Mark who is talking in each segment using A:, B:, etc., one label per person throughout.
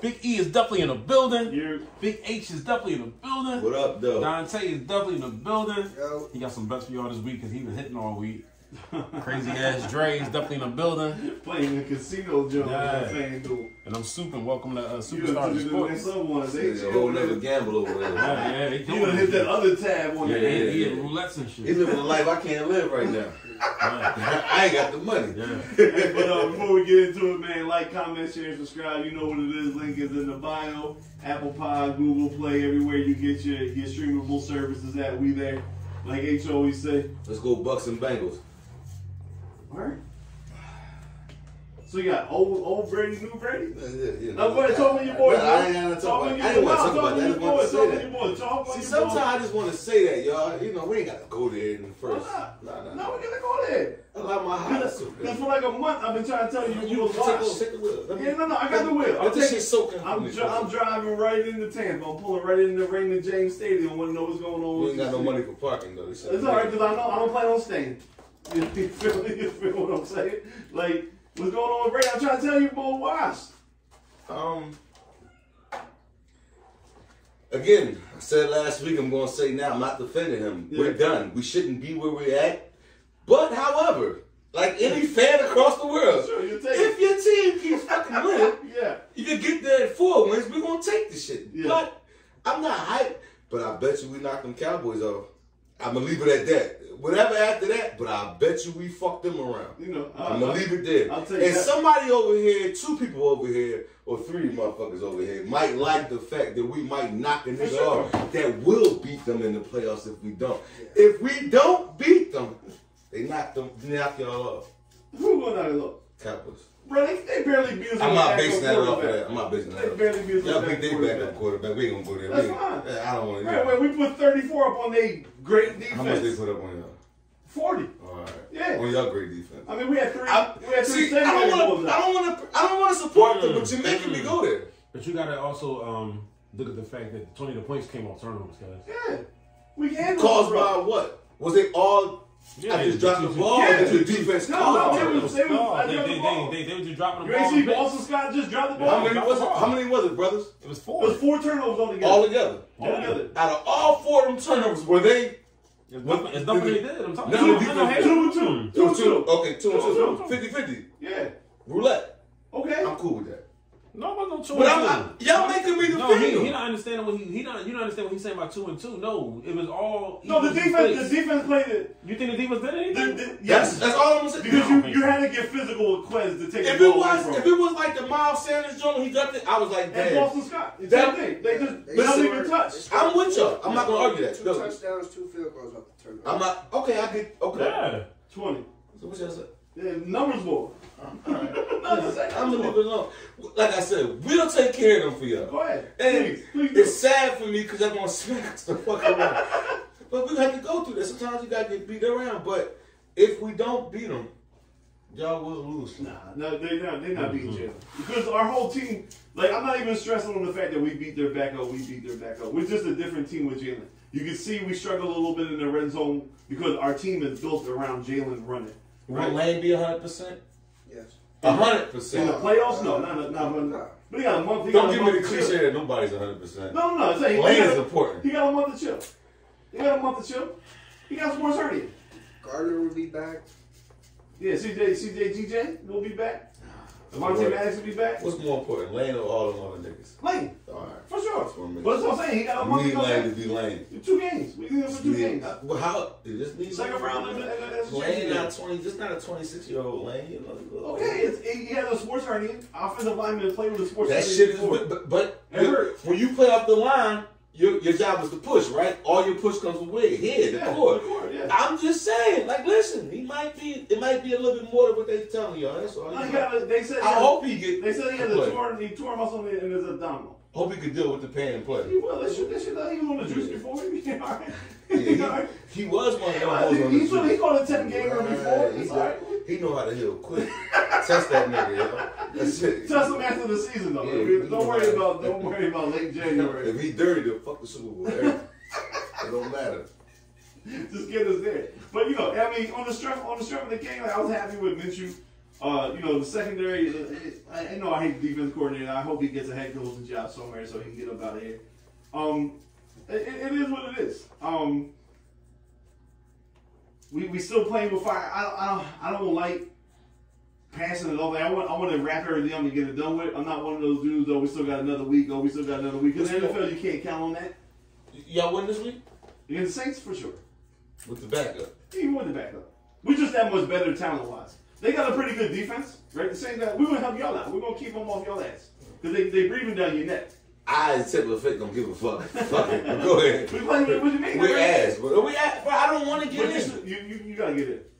A: Big E is definitely in the building.
B: Yeah.
A: Big H is definitely in the building.
C: What up, though?
A: Dante is definitely in the building.
D: Yo.
A: He got some bets for y'all this week because he was hitting all week. Crazy ass Dre is definitely in the building.
B: Playing the casino joint.
A: Yeah.
B: Yeah. Saying, dude,
A: And I'm super welcome to uh,
B: you done
A: Superstar
B: took it to the next
A: Sports.
B: level on us. They-
C: There's a whole nother gamble over there.
A: Yeah, yeah, they
B: You done hit that other tab on
C: Yeah,
B: that.
A: He
C: yeah,
A: had
C: yeah.
A: roulettes and
C: He's
A: shit.
C: living a life I can't live right now. I ain't got the money.
A: Yeah.
B: But uh, before we get into it, man, like, comment, share, subscribe. You know what it is. Link is in the bio. Apple Pod, Google Play, everywhere you get your, your streamable services at. We there. Like H always say.
C: Let's go Bucks and Bengals.
B: Word. So you got old old Brady, new Brady.
C: No,
B: No, go ahead, talk with your boy.
C: Nah, I
B: bro.
C: ain't gotta talk
B: with
C: about.
B: your
C: I didn't want
B: boy.
C: to talk
B: Nah,
C: about that. I just
B: with your
C: wanted to say that. See,
B: boy, Talk with your boy. Talk
C: sometimes
B: with your boy.
C: I just want to say that, y'all. You know, we ain't got to go there in the first.
B: Why
C: Nah, nah,
B: not?
C: nah.
B: No, we gotta go there.
C: Allow my house.
B: Because for like a month, I've been trying to tell you you was
C: Take,
B: watched.
C: take the wheel. Let me-
B: Yeah, no, no, I got the wheel. I'm
C: Let this shit
B: taking.
C: soak in.
B: I'm, dri- I'm driving right into Tampa. I'm pulling right into Raymond James Stadium. Want to know what's going on?
C: We
B: with
C: ain't got
B: this
C: no
B: shit.
C: money for parking though. It's
B: It's all right because I know I don't plan on staying. You feel me? You feel what I'm saying? Like what's going on with Brady? I'm trying to tell you, boy, watch.
C: Um. Again, I said last week. I'm going to say now. I'm not defending him. We're
B: Yeah.
C: done. We shouldn't be where we're at. But however, like any fan across the world,
B: Sure, you take
C: if
B: it.
C: your team keeps fucking winning,
B: Yeah.
C: you can get there at four wins. We're gonna take this shit.
B: Yeah.
C: But I'm not hyped. But I bet you we knock them Cowboys off. I'm gonna leave it at that. Whatever after that, but I bet you we fuck them around.
B: You know, uh,
C: I'm gonna
B: I-
C: leave it there.
B: I'll tell you
C: and
B: that.
C: somebody over here, two people over here, or three motherfuckers over here, might like the fact that we might knock a nigga
B: sure.
C: off that will beat them in the playoffs if we don't. If we don't beat them, they knock them knock y'all off.
B: Who going out of luck?
C: Cowboys.
B: Bro, they, they barely beat us.
C: I'm
B: with
C: not
B: a
C: basing that
B: backup
C: off of
B: quarterback.
C: that. I'm not basing that
B: They
C: off.
B: barely beat us with
C: Y'all
B: a
C: think they
B: backup
C: backup
B: quarterback.
C: quarterback? We ain't gonna go there.
B: That's
C: We ain't-
B: fine.
C: I don't want to.
B: Right, when we put 34 up on their great defense.
C: How much they put up on y'all?
B: 40.
C: All right.
B: Yeah.
C: On y'all great defense.
B: I mean, we had three.
C: I,
B: we had three
C: see, I don't want
B: want
C: to. I don't want to. I don't want to support them, but you're making
B: Mm.
C: me go there.
A: But you gotta also um, look at the fact that 20 of the points came off turnovers, guys.
B: Yeah. We can handle
C: Caused
B: them, bro.
C: by what? Was it all?
A: Yeah,
C: I
A: they-
C: just dropped Oh, the
A: they-
C: ball.
B: yeah.
C: Or did your defense
B: No,
C: cause
B: no, it was-
C: turnovers?
B: they was-
A: No,
B: I
A: they,
B: dropped
A: they, they,
B: the ball.
A: they, they were just dropping the
B: You
A: ball.
B: ain't see
A: on the
B: Boston Scott just dropped the
C: How
B: ball.
C: many
B: It
C: was it? How many was it, brothers?
A: bench. It was four.
B: was four turnovers altogether.
C: All together.
B: Altogether.
C: Out of all four of them turnovers, were they?
A: It's nothing, it's nothing they did. I'm talking
C: Now the
A: about. I know
C: defense-
A: Hayden.
B: two and
C: It
B: Two
C: was two.
B: and two.
C: Okay, two and
B: Two
C: two.
B: and
C: 50-50.
B: Yeah.
C: Roulette.
B: Okay.
C: I'm cool with that.
A: No, but no two
C: But
A: and
C: I'm- I'm-
A: two.
C: y'all making me
A: No,
C: defend
A: he,
C: him.
A: he not understanding what he, he not, you don't understand what he's saying about two and two. No, it was all.
B: No, the
A: equal
B: defense.
A: mistakes.
B: The defense played it.
A: you think the defense did
B: The,
A: anything?
B: the,
C: That's
B: yes.
C: that's all I'm saying.
B: because you, you had to get physical with Quez to take
C: If
B: the
C: it
B: ball
C: was,
B: away
C: if
B: from. him.
C: it was like the Miles Sanders joint, when he dropped it. I was like,
B: And
C: damn.
B: Boston Scott. It's
C: That-
B: that thing. They just
D: They
B: they don't
D: scored.
B: even touch.
C: I'm with y'all. I'm not gonna argue that.
D: Two
C: No.
D: touchdowns, two field goals off the turnover.
C: I'm not. Okay, I get. Okay.
A: Yeah.
B: 20.
C: So what y'all say?
B: Yeah, numbers more. no, just say
C: I'm
B: numbers
C: gonna leave
B: more.
C: it alone. Like I said, we'll take care of them for
B: Go
C: y'all.
B: ahead.
C: And
B: Please, please.
C: it's sad for me because I'm gonna smack us the fuck around. but we have to go through that. Sometimes you gotta get beat around. But if we don't beat them, y'all will lose.
B: Nah, no, they not. They not
C: Mm-hmm.
B: beating Jalen because our whole team. Like I'm not even stressing on the fact that we beat their backup. We beat their backup. We're just a different team with Jalen. You can see we struggle a little bit in the red zone because our team is built around Jalen running.
C: Will Lane be 100 percent?
D: yes.
C: hundred
B: In the
C: percent.
B: playoffs, no, not not not. But he got a month. He
C: Don't
B: got a
C: give
B: month
C: me the
B: to chill.
C: cliche that nobody's 100 percent.
B: No, no, no. Say, he,
C: Lane
B: got,
C: is important.
B: He got a month to chill. He got a month to chill. He got sports hernia.
D: Gardner will be back.
B: Yeah, CJ, CJ, GJ will be back. Devontae
C: Lord.
B: Maddox will be back.
C: What's more important, Lane or all them other niggas?
B: Lane,
C: All
B: for sure.
C: what I'm
B: But that's what I'm saying. He got a
C: right.
B: month
C: We
B: to
C: need
B: come
C: Lane to
B: back.
C: be Lane.
B: Two games. We can give him two games.
C: Well, how? They just need
B: Second round and- and- and-
C: Lane not twenty. Just not a twenty-six year old Lane. You know.
B: Okay, it's, he has a sports hernia. Offensive lineman played with a sports
C: That
B: hernia.
C: shit is.
B: before.
C: But, but
B: It hurts.
C: when you play off the line, your your job is to push, right? All your push comes away here, the
B: Yeah,
C: core.
B: the core, yeah.
C: I'm just saying, like, listen, he might be. It might be a little bit more than what they telling y'all. That's all.
B: No,
C: you
B: he
C: got.
B: got a- they said he
C: I
B: had-
C: hope he get.
B: They said he had
C: play.
B: a torn, he tore muscle in in his abdominal.
C: Hope he can deal with the pain and play.
B: He will. That shit, that shit, he was on the juice before. He be all right. He all
C: Yeah,
B: right.
C: he, he was one of them hoes on the
B: He's
C: street.
B: he called a 10 gamer before.
C: He,
B: It's all right.
C: he know how to heal quick. Test that nigga, yo. That's it.
B: Test him after the season though.
C: Yeah,
B: If
C: we
B: you- don't
C: do
B: worry
C: that.
B: about don't worry about late January.
C: If he dirty, then fuck the Super Bowl. Everything. it don't matter.
B: Just get us there. But you know, I mean, on the strength on the strength of the game, like, I was happy with Minshew. Uh, you know, the secondary. uh, it- I, I know I hate defense coordinator. I hope he gets a head coaching job somewhere so he can get up out of here. Um, it, it it is what it is. Um, we, we still playing with fire. I don't, I don't I don't like passing it over. I want I want to wrap everything up and get it done with. I'm not one of those dudes. though. we still got another week. Oh, we still got another week. Because in the NFL, you can't count on that.
C: Y- Y'all win this week
B: You get the Saints for sure.
C: with the backup.
B: He won the backup. We're just that much better talent wise. They got a pretty good defense, right? The same guy. We're gonna help y'all out. We're gonna keep them off y'all ass because they they breathing down your neck.
C: I as a typical fit don't give a fuck. fuck it. Go ahead.
B: We playing with what you mean?
C: We're
B: right?
C: ass, but we ass, bro. I don't want to
B: But
C: get
B: this,
C: in.
B: you, you you gotta get it.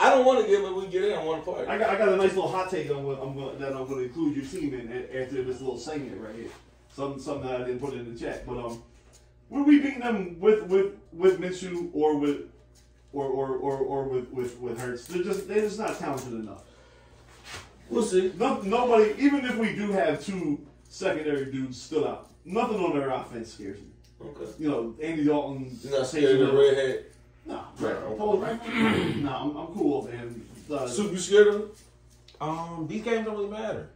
C: I don't want to get in, but we get in. I want to party.
B: I got, I got a nice little hot take on what I'm gonna, that I'm going to include your team in a- after this little segment right here. Something something that I didn't put in the chat, but um, were we beating them with with with Minshew or with or or or, or with with with Hurts? They're just they're just not talented enough.
C: We'll see.
B: No, nobody, even if we do have two secondary dudes still out, nothing on their offense scares me.
C: Okay.
B: You know, Andy Dalton.
C: You're not scared of the redhead.
B: Nah,
C: Right.
B: Paul- nah, I'm, I'm cool with him. Uh,
C: Soup, you scared of him?
A: Um, these games don't really matter.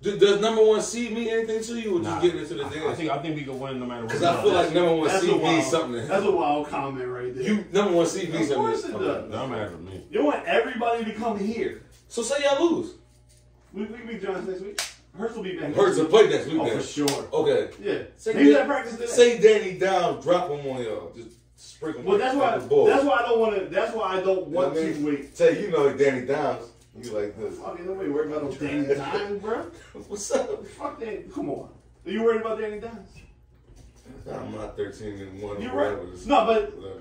C: Do- Does number one seed mean anything to you, or just
A: Nah.
C: getting into the
A: I, I
C: dance?
A: think I think we could win no matter what.
C: Because I feel like number one
B: that's a
C: seed
B: wild.
C: means something.
B: That's a wild comment right there.
C: You number one seed means
B: of course it
C: something.
A: Okay,
B: does.
A: don't matter to me.
B: You want everybody to come here.
C: So say y'all lose.
B: We we meet Johns next week. Hurts will be back.
C: Hurts will
B: next
C: play next week.
B: week. Oh,
C: then.
B: for sure.
C: Okay.
B: Yeah,
C: Say,
B: he's
C: Dan-
B: at practice today.
C: say Danny Downs, drop him on y'all. Just sprinkle
B: well, that's why.
C: the ball.
B: That's why I don't want to. That's why I don't want
C: You know what I
B: to
C: mean?
B: wait.
C: Say you know Danny Downs. You like this?
B: Fucking nobody worry about no Danny Dimes, bro.
C: What's up?
B: Fuck that. Come on. Are you worried about Danny Dimes?
C: I'm not 13 and one.
B: You're
C: whatever.
B: right. No, but
C: Whatever.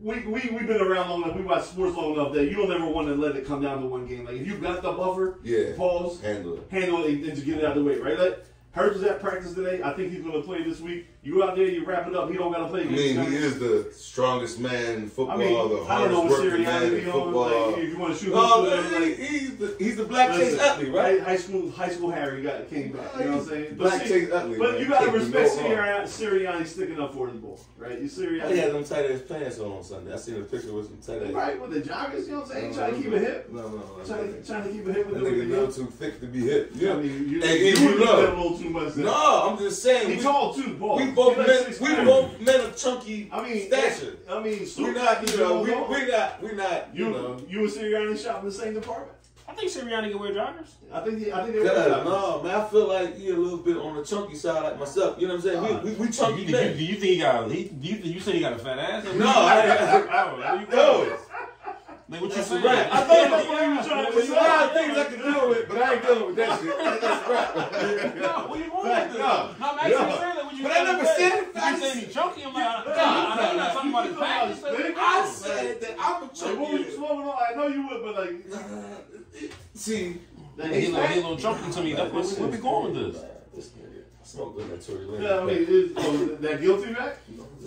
B: we we we've been around long enough. We watch sports long enough that you don't ever want to let it come down to one game. Like if you got the buffer,
C: Yeah.
B: pause,
C: Handle it.
B: handle it, and to get it out of the way, right? Like Hurts was at practice today. I think he's going to play this week. You out there, you wrap it up. He don't got to
C: I
B: play. against
C: mean, he
B: Giants.
C: is the strongest man in football,
B: I mean,
C: the
B: I don't know
C: hardest
B: what
C: working man
B: seriality
C: in
B: you on.
C: football.
B: Like, if you want to shoot,
C: Oh,
B: him,
C: man,
B: like,
C: he- he's the he's the black
B: Listen,
C: Chase Utley, right?
B: High, high school, high school Harry got came back. You know what I'm saying? But,
C: Black
B: see-
C: Chase Utley,
B: but
C: man.
B: you gotta
C: Can't do
B: respect
C: no wrong.
B: Sirianni, Sirianni sticking up for his ball, right?
C: He
B: You
C: had
B: Sirianni,
C: them tight ass pants on on Sunday. I seen a picture with some tight ass.
B: right? With the joggers, you know what I'm saying?
C: No,
B: trying to keep it hip,
C: No, no, no.
B: trying,
C: That
B: trying to keep it hip with the with
C: nigga
B: the
C: a little
B: hips.
C: too thick to be hip.
B: I
C: Yeah.
B: mean, you,
C: Hey,
B: you,
C: if you
B: would
C: look-
B: that a little too much. Then.
C: No, I'm just saying.
B: he
C: we-
B: tall too, Paul.
C: We
B: He
C: both
B: like
C: men.
B: 6'9".
C: We both men of chunky
B: I mean,
C: stature.
B: I mean,
C: We're
B: Snoop
C: not, you know,
B: Dogg,
C: we,
B: you
C: we're not, we're not, you know.
B: you, you and Sirianni shop in the same department.
A: I think Sirianni can wear joggers.
B: I think, he, I think they were
C: God,
B: joggers.
C: no, man, I feel like he a little bit on the chunky side, like myself. You know what I'm saying? We, we, we
A: Do
C: chunky
A: you, think-
C: men.
A: do you think he got? a- He, do you, you said he got a fat ass?
C: No, I-
A: don't know. Where you
C: No,
A: going? Like what you
C: that's a
A: saying?
C: wrap. I
B: I
C: think
B: thought that's what you were trying to
C: there's
B: say.
C: a lot of things I can deal with, but I ain't dealing with that shit. That's right.
A: No, what do you want?
C: Like,
A: to do?
C: no,
A: No, I'm actually
C: no.
A: saying that. What you
C: But I
A: trying to
C: never
A: say?
C: said it. I
A: You
C: just-
A: saying he chunky? I'm like,
B: Yeah,
A: no, I know you're
C: no,
A: not talking about his
B: you talking
A: back.
B: about his
A: so-
C: I said that I'm a
B: Like, what would you
C: chunky.
B: swallow? No, I know you would, but like,
C: See,
B: like
A: He
B: he's
A: like, he a
B: fat.
A: little chunky to me. That's what where we going with this.
C: This nigga, I smoked on that Tory Lane.
B: Yeah, I mean, it's, oh, that guilty back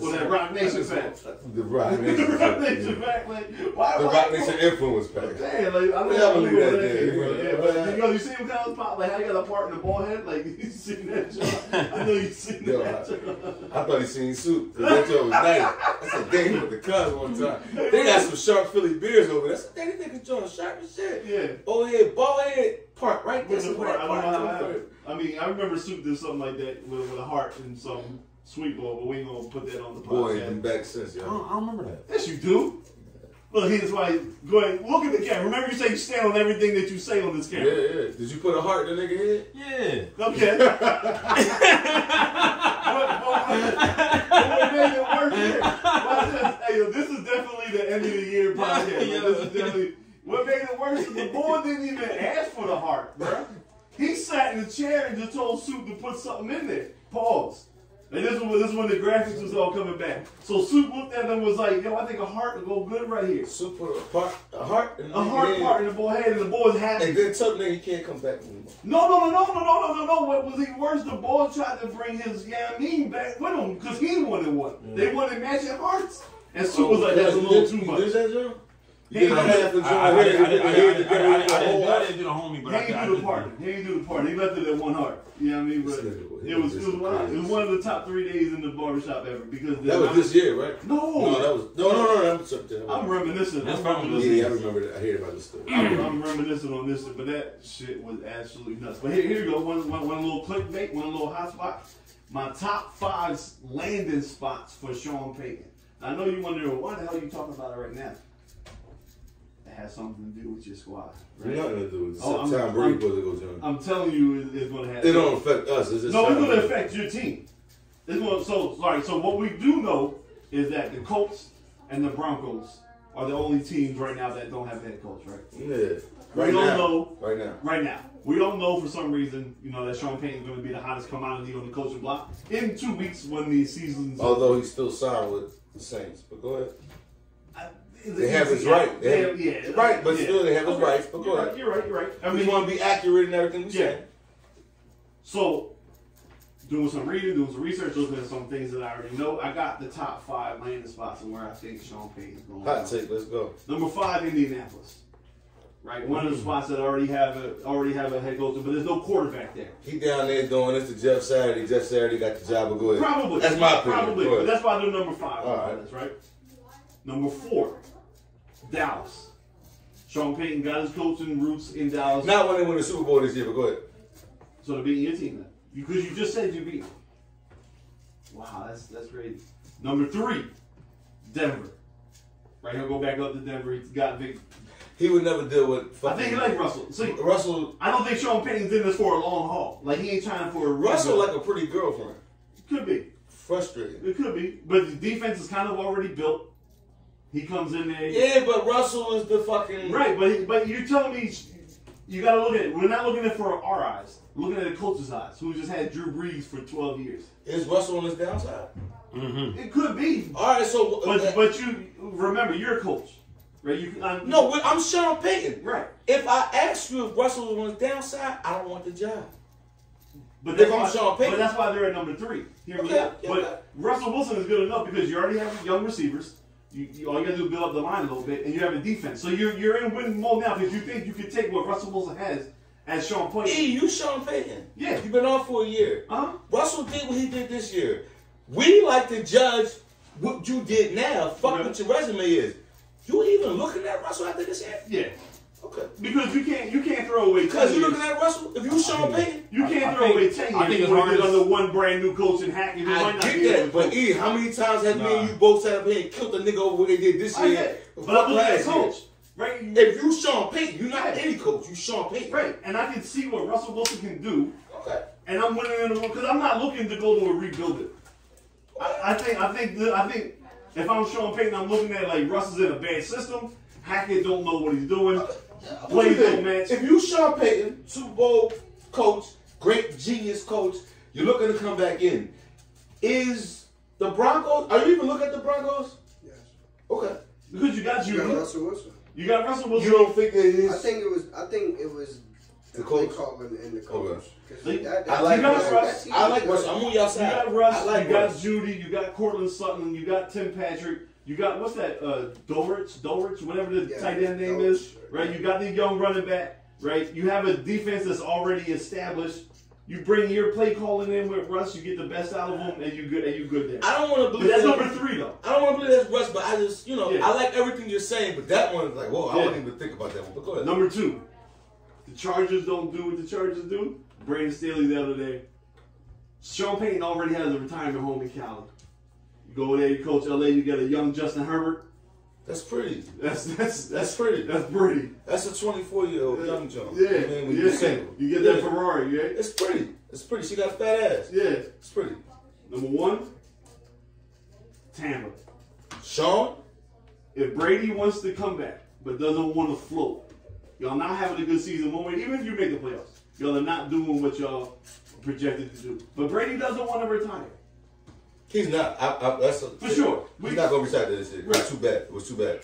B: or that Rock Nation fact.
C: The Rock Nation.
B: the Rock Nation fact, like, why?
C: The
B: why-
C: Rock Nation influence pack.
B: Damn, like, I don't
C: Yeah, I
B: know
C: believe that,
B: what
C: yeah,
B: is,
C: yeah.
B: yeah, but you know, you see him kind of pop, like, how you got a part in the ball head, like, you seen that shot. I know you seen
C: Yo,
B: that shot.
C: I thought he seen soup. That joke was nice. I said, dang, he with the cuz one time. They got some sharp Philly beers over there. I said, dang, these niggas joint sharp as shit.
B: Yeah.
C: Old head, bald head, part right there.
B: With the
C: So where
B: part, I
C: that
B: don't know
C: part
B: how it
C: come
B: happened.
C: from?
B: I mean, I remember Soup did something like that with, with a heart and some sweet ball, but we ain't gonna put that on the
C: Boy, ain't
B: podcast.
C: been back since,
A: I
C: y'all.
A: don't, I don't remember that.
B: Yes, you do. Look, here's why. Go ahead. Look at the camera. Remember, you say you stand on everything that you say on this
C: Yeah,
B: camera.
C: yeah. Did you put a heart in the nigga head?
A: Yeah.
B: Okay. but, but, but, but we made it work here. Watch this. Hey, yo, this is definitely the end of the year podcast. man. This is definitely what made it worse. Is the boy didn't even ask for the heart, bro. He sat in the chair and just told Soup to put something in there. Pause. And this is when this is when the graphics was all coming back. So Soup looked at them and was like, "Yo, I think a heart would go good right here."
C: Soup put a part, a heart in the
B: A
C: nigga
B: hard
C: head.
B: part in the boy's head, and the boy's happy.
C: And then tough nigga can't come back anymore.
B: No, no, no, no, no, no, no, no, no. What was even worse, the boy tried to bring his Yameen back with him because he wanted one. They wanted matching hearts. And Sue was like, that's a
C: You
B: little
C: did-
B: too
C: you
B: much.
C: Did that, Joe? You didn't
B: I-
C: have to
A: I, I, I, I,
C: join.
A: didn't- I, didn't- I, didn't- I didn't- I didn't do the homie, but
B: He
A: I, I
B: ain't do the
A: did-
B: party. He ain't do the party. He left it at one heart. You know what I mean? But it was it was, wild. it was one of the top three days in the barbershop ever because the,
C: That was this year, right?
B: no,
C: No, that was no, no, no. That was something.
B: I'm reminiscing.
A: That's
B: I'm
A: probably-
B: reminiscing.
C: yeah, I remember that. I heard about this story.
B: I'm, I'm reminiscing on this, but that shit was absolutely nuts. But here, here you go. One, one, one little clickbait, one little hot spot. My top five landing spots for Sean Payton. I know you're wondering why the hell you talking about it right now. It has something to do with your squad.
C: We're
B: Right?
C: not gonna do it.
B: Oh, I'm-
C: Tom Brady
B: I'm-
C: supposed to go join.
B: I'm telling you, it, it's going to happen.
C: It don't affect us. It's just
B: No, it's
C: Tom
B: going
C: Brady.
B: to affect your team. It's going to, so sorry. So what we do know is that the Colts and the Broncos are the only teams right now that don't have head coach, right?
C: Yeah,
B: We
C: right
B: don't
C: now.
B: know.
C: Right now.
B: Right now, we don't know for some reason, you know, that Sean Payton's going to be the hottest commodity on the coaching block in two weeks when the season's.
C: Although he's still signed with the Saints, but go ahead.
B: I- is it
C: They have
B: easy?
C: his right. They have-
B: yeah,
C: right, but
B: yeah.
C: still they have his rights, but go
B: you're
C: ahead.
B: right. You're right. You're right. I
C: We
B: mean,
C: want to be accurate in everything we
B: Yeah.
C: say.
B: So, doing some reading, doing some research, looking at some things that I already know, I got the top five landing spots and where I think Sean Payton's going.
C: Hot take. Mm. Let's go.
B: Number five, Indianapolis. Right, one of the spots that already have a already have a head coach, but there's no quarterback there.
C: He down there doing this to Jeff Saturday. Jeff Saturday got the job. But go ahead.
B: Probably.
C: That's my opinion.
B: Probably.
C: Go
B: But
C: ahead.
B: that's why they're number five.
C: All right.
B: That's right. Number four, Dallas. Sean Payton got his coaching roots in Dallas.
C: Not when they win the Super Bowl this year, but go ahead.
B: So they're beating your team then. Because you, just said you beat them. Wow, that's that's crazy. Number three, Denver. Right, he'll go back up to Denver. He got big.
C: He would never deal with
B: I
C: fucking.
B: think he like Russell. See,
C: Russell.
B: I don't think Sean Payton's in this for a long haul. Like he ain't trying for a
C: Russell like a pretty girlfriend.
B: could be.
C: Frustrating.
B: It could be, but the defense is kind of already built. He comes in there,
C: Yeah, but Russell is the fucking.
B: right? But but you're telling me you got to look at it. We're not looking at it for our eyes. We're looking at the coach's eyes, who just had Drew Brees for 12 years.
C: Is Russell on his downside?
B: It could be,
C: All right, so uh,
B: but but you remember you're a coach, right? You I'm,
C: no, but I'm Sean Payton.
B: right?
C: If I ask you if Russell was on his downside, I don't want the job.
B: But
C: If
B: that's,
C: I'm
B: why,
C: Sean Payton-
B: but that's why they're at number three. Hear me
C: Okay,
B: out.
C: yeah,
B: but
C: okay.
B: Russell Wilson is good enough because you already have young receivers. You, you, all you gotta do is build up the line a little bit, and you have a defense. So you're you're in win mode now because you think you can take what Russell Wilson has as Sean Payton.
C: E, you Sean Payton.
B: Yeah.
C: you've been off for a year.
B: Huh?
C: Russell did what he did this year. We like to judge what you did now. Fuck
B: Right.
C: what your resume is. You even looking at Russell after this year?
B: Yeah,
C: Okay.
B: because you can't you can't throw away
C: Because you
B: ten years.
C: looking at Russell. If you Sean Payton,
B: you can't
A: I- I
B: throw
A: think-
B: away ten years.
A: I think it's
B: when you
A: hard
B: get
A: as-
B: under one brand new coach and hack, and you might
C: I
B: not be
C: get that.
B: able to-
C: But E, how many times have me and
A: Nah.
C: you both sat up here and killed a nigga over what they did this
B: I
C: year?
B: get it.
C: Fuck
B: But I'm looking at
C: last year.
B: coach, right? You-
C: If you Sean Payton, you're not any coach. You Sean Payton.
B: right, and I can see what Russell Wilson can do.
C: Okay.
B: and I'm winning in the world because I'm not looking to go to a rebuilder. I, I think I think the- I think if I'm Sean Payton, I'm looking at like Russ is in a bad system. Hackett don't know what he's doing. Plays don't match.
C: If Uh, you Sean Payton, Super Bowl coach, great genius coach, you're looking to come back in. Is the Broncos? Are you even looking at the Broncos?
D: Yes.
C: Okay.
B: Because you got
D: You got
B: you
D: Russell Wilson.
B: you got Russell
C: You
B: Wilson.
C: don't think that it
D: I
C: is?
D: think it was. I think it was
C: The coach?
D: play calling and the coach.
C: Okay.
D: 'Cause
B: They-
D: that-
C: I
D: that-
C: like
B: You got
D: that-
B: Russ.
C: Russ.
D: that-
C: I like Russ. I'm on y'all
B: You
C: side.
B: got Russ.
C: I like
B: you got
C: Russ.
B: Judy. You got Cortland Sutton. You got Tim Patrick. You got what's that? Uh, Dorich, Dorich, whatever the
D: Yeah,
B: tight end name
D: Dorich.
B: is, right? You got the young running back, right? You have a defense that's already established. You bring your play calling in with Russ. You get the best out of him, and you good. And you good there.
C: I don't want to
B: But
C: believe
B: that's
C: that-
B: number three though.
C: I don't want to believe that's Russ, but I just you know
B: Yeah.
C: I like everything you're saying, but that one is like whoa, I
B: Yeah.
C: wouldn't even think about that one. But go ahead.
B: Number two, the Chargers don't do what the Chargers do. Brandon Staley the other day. Sean Payton already has a retirement home in Cali. You go there, you coach LA, you get a young Justin Herbert.
C: That's pretty.
B: That's that's
C: That's
B: that's
C: pretty.
B: that's pretty.
C: That's a 24 year old young John.
B: Yeah,
C: I mean, when
B: yeah.
C: you're single,
B: You get that
C: Yeah.
B: Ferrari, yeah?
C: It's pretty. It's pretty. She got a fat ass.
B: Yeah.
C: It's pretty.
B: Number one, Tampa.
C: Sean,
B: If Brady wants to come back but doesn't want to float, y'all not having a good season one way, even if you make the playoffs, y'all are not doing what y'all projected to do. But Brady doesn't want to retire.
C: he's not. I, I, that's a,
B: For sure.
C: He's
B: We-
C: not gonna retire this year. It was
B: Right.
C: too bad. It was too bad.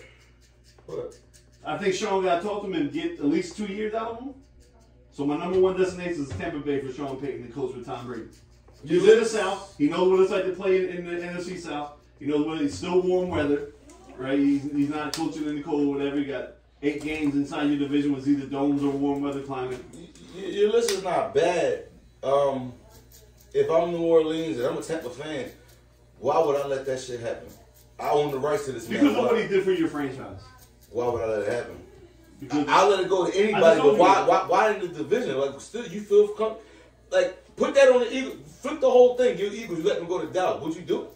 C: But
B: I think Sean got to talk to him and get at least two years out of him. So my number one destination is Tampa Bay for Sean Payton, the coach with Tom Brady. He's in the South. He knows what it's like to play in, in the NFC South. He knows what it's still warm weather, right? He's, he's not coaching in the cold, whatever. You got eight games inside your division was either domes or warm weather climate.
C: Y- y- your list is not bad. Um, if I'm New Orleans and I'm a Tampa fan, why would I let that shit happen? I own the rights to this man.
B: Because of what
C: Why,
B: he did for your franchise.
C: why would I let it happen?
B: Because
C: I'll let it go to
B: I just
C: anybody,
B: told
C: but why,
B: you.
C: why? Why in the division? Like, still, you feel com- like put that on the Eagles. Flip the whole thing. Your Eagles, you let them go to Dallas. Would you do? it?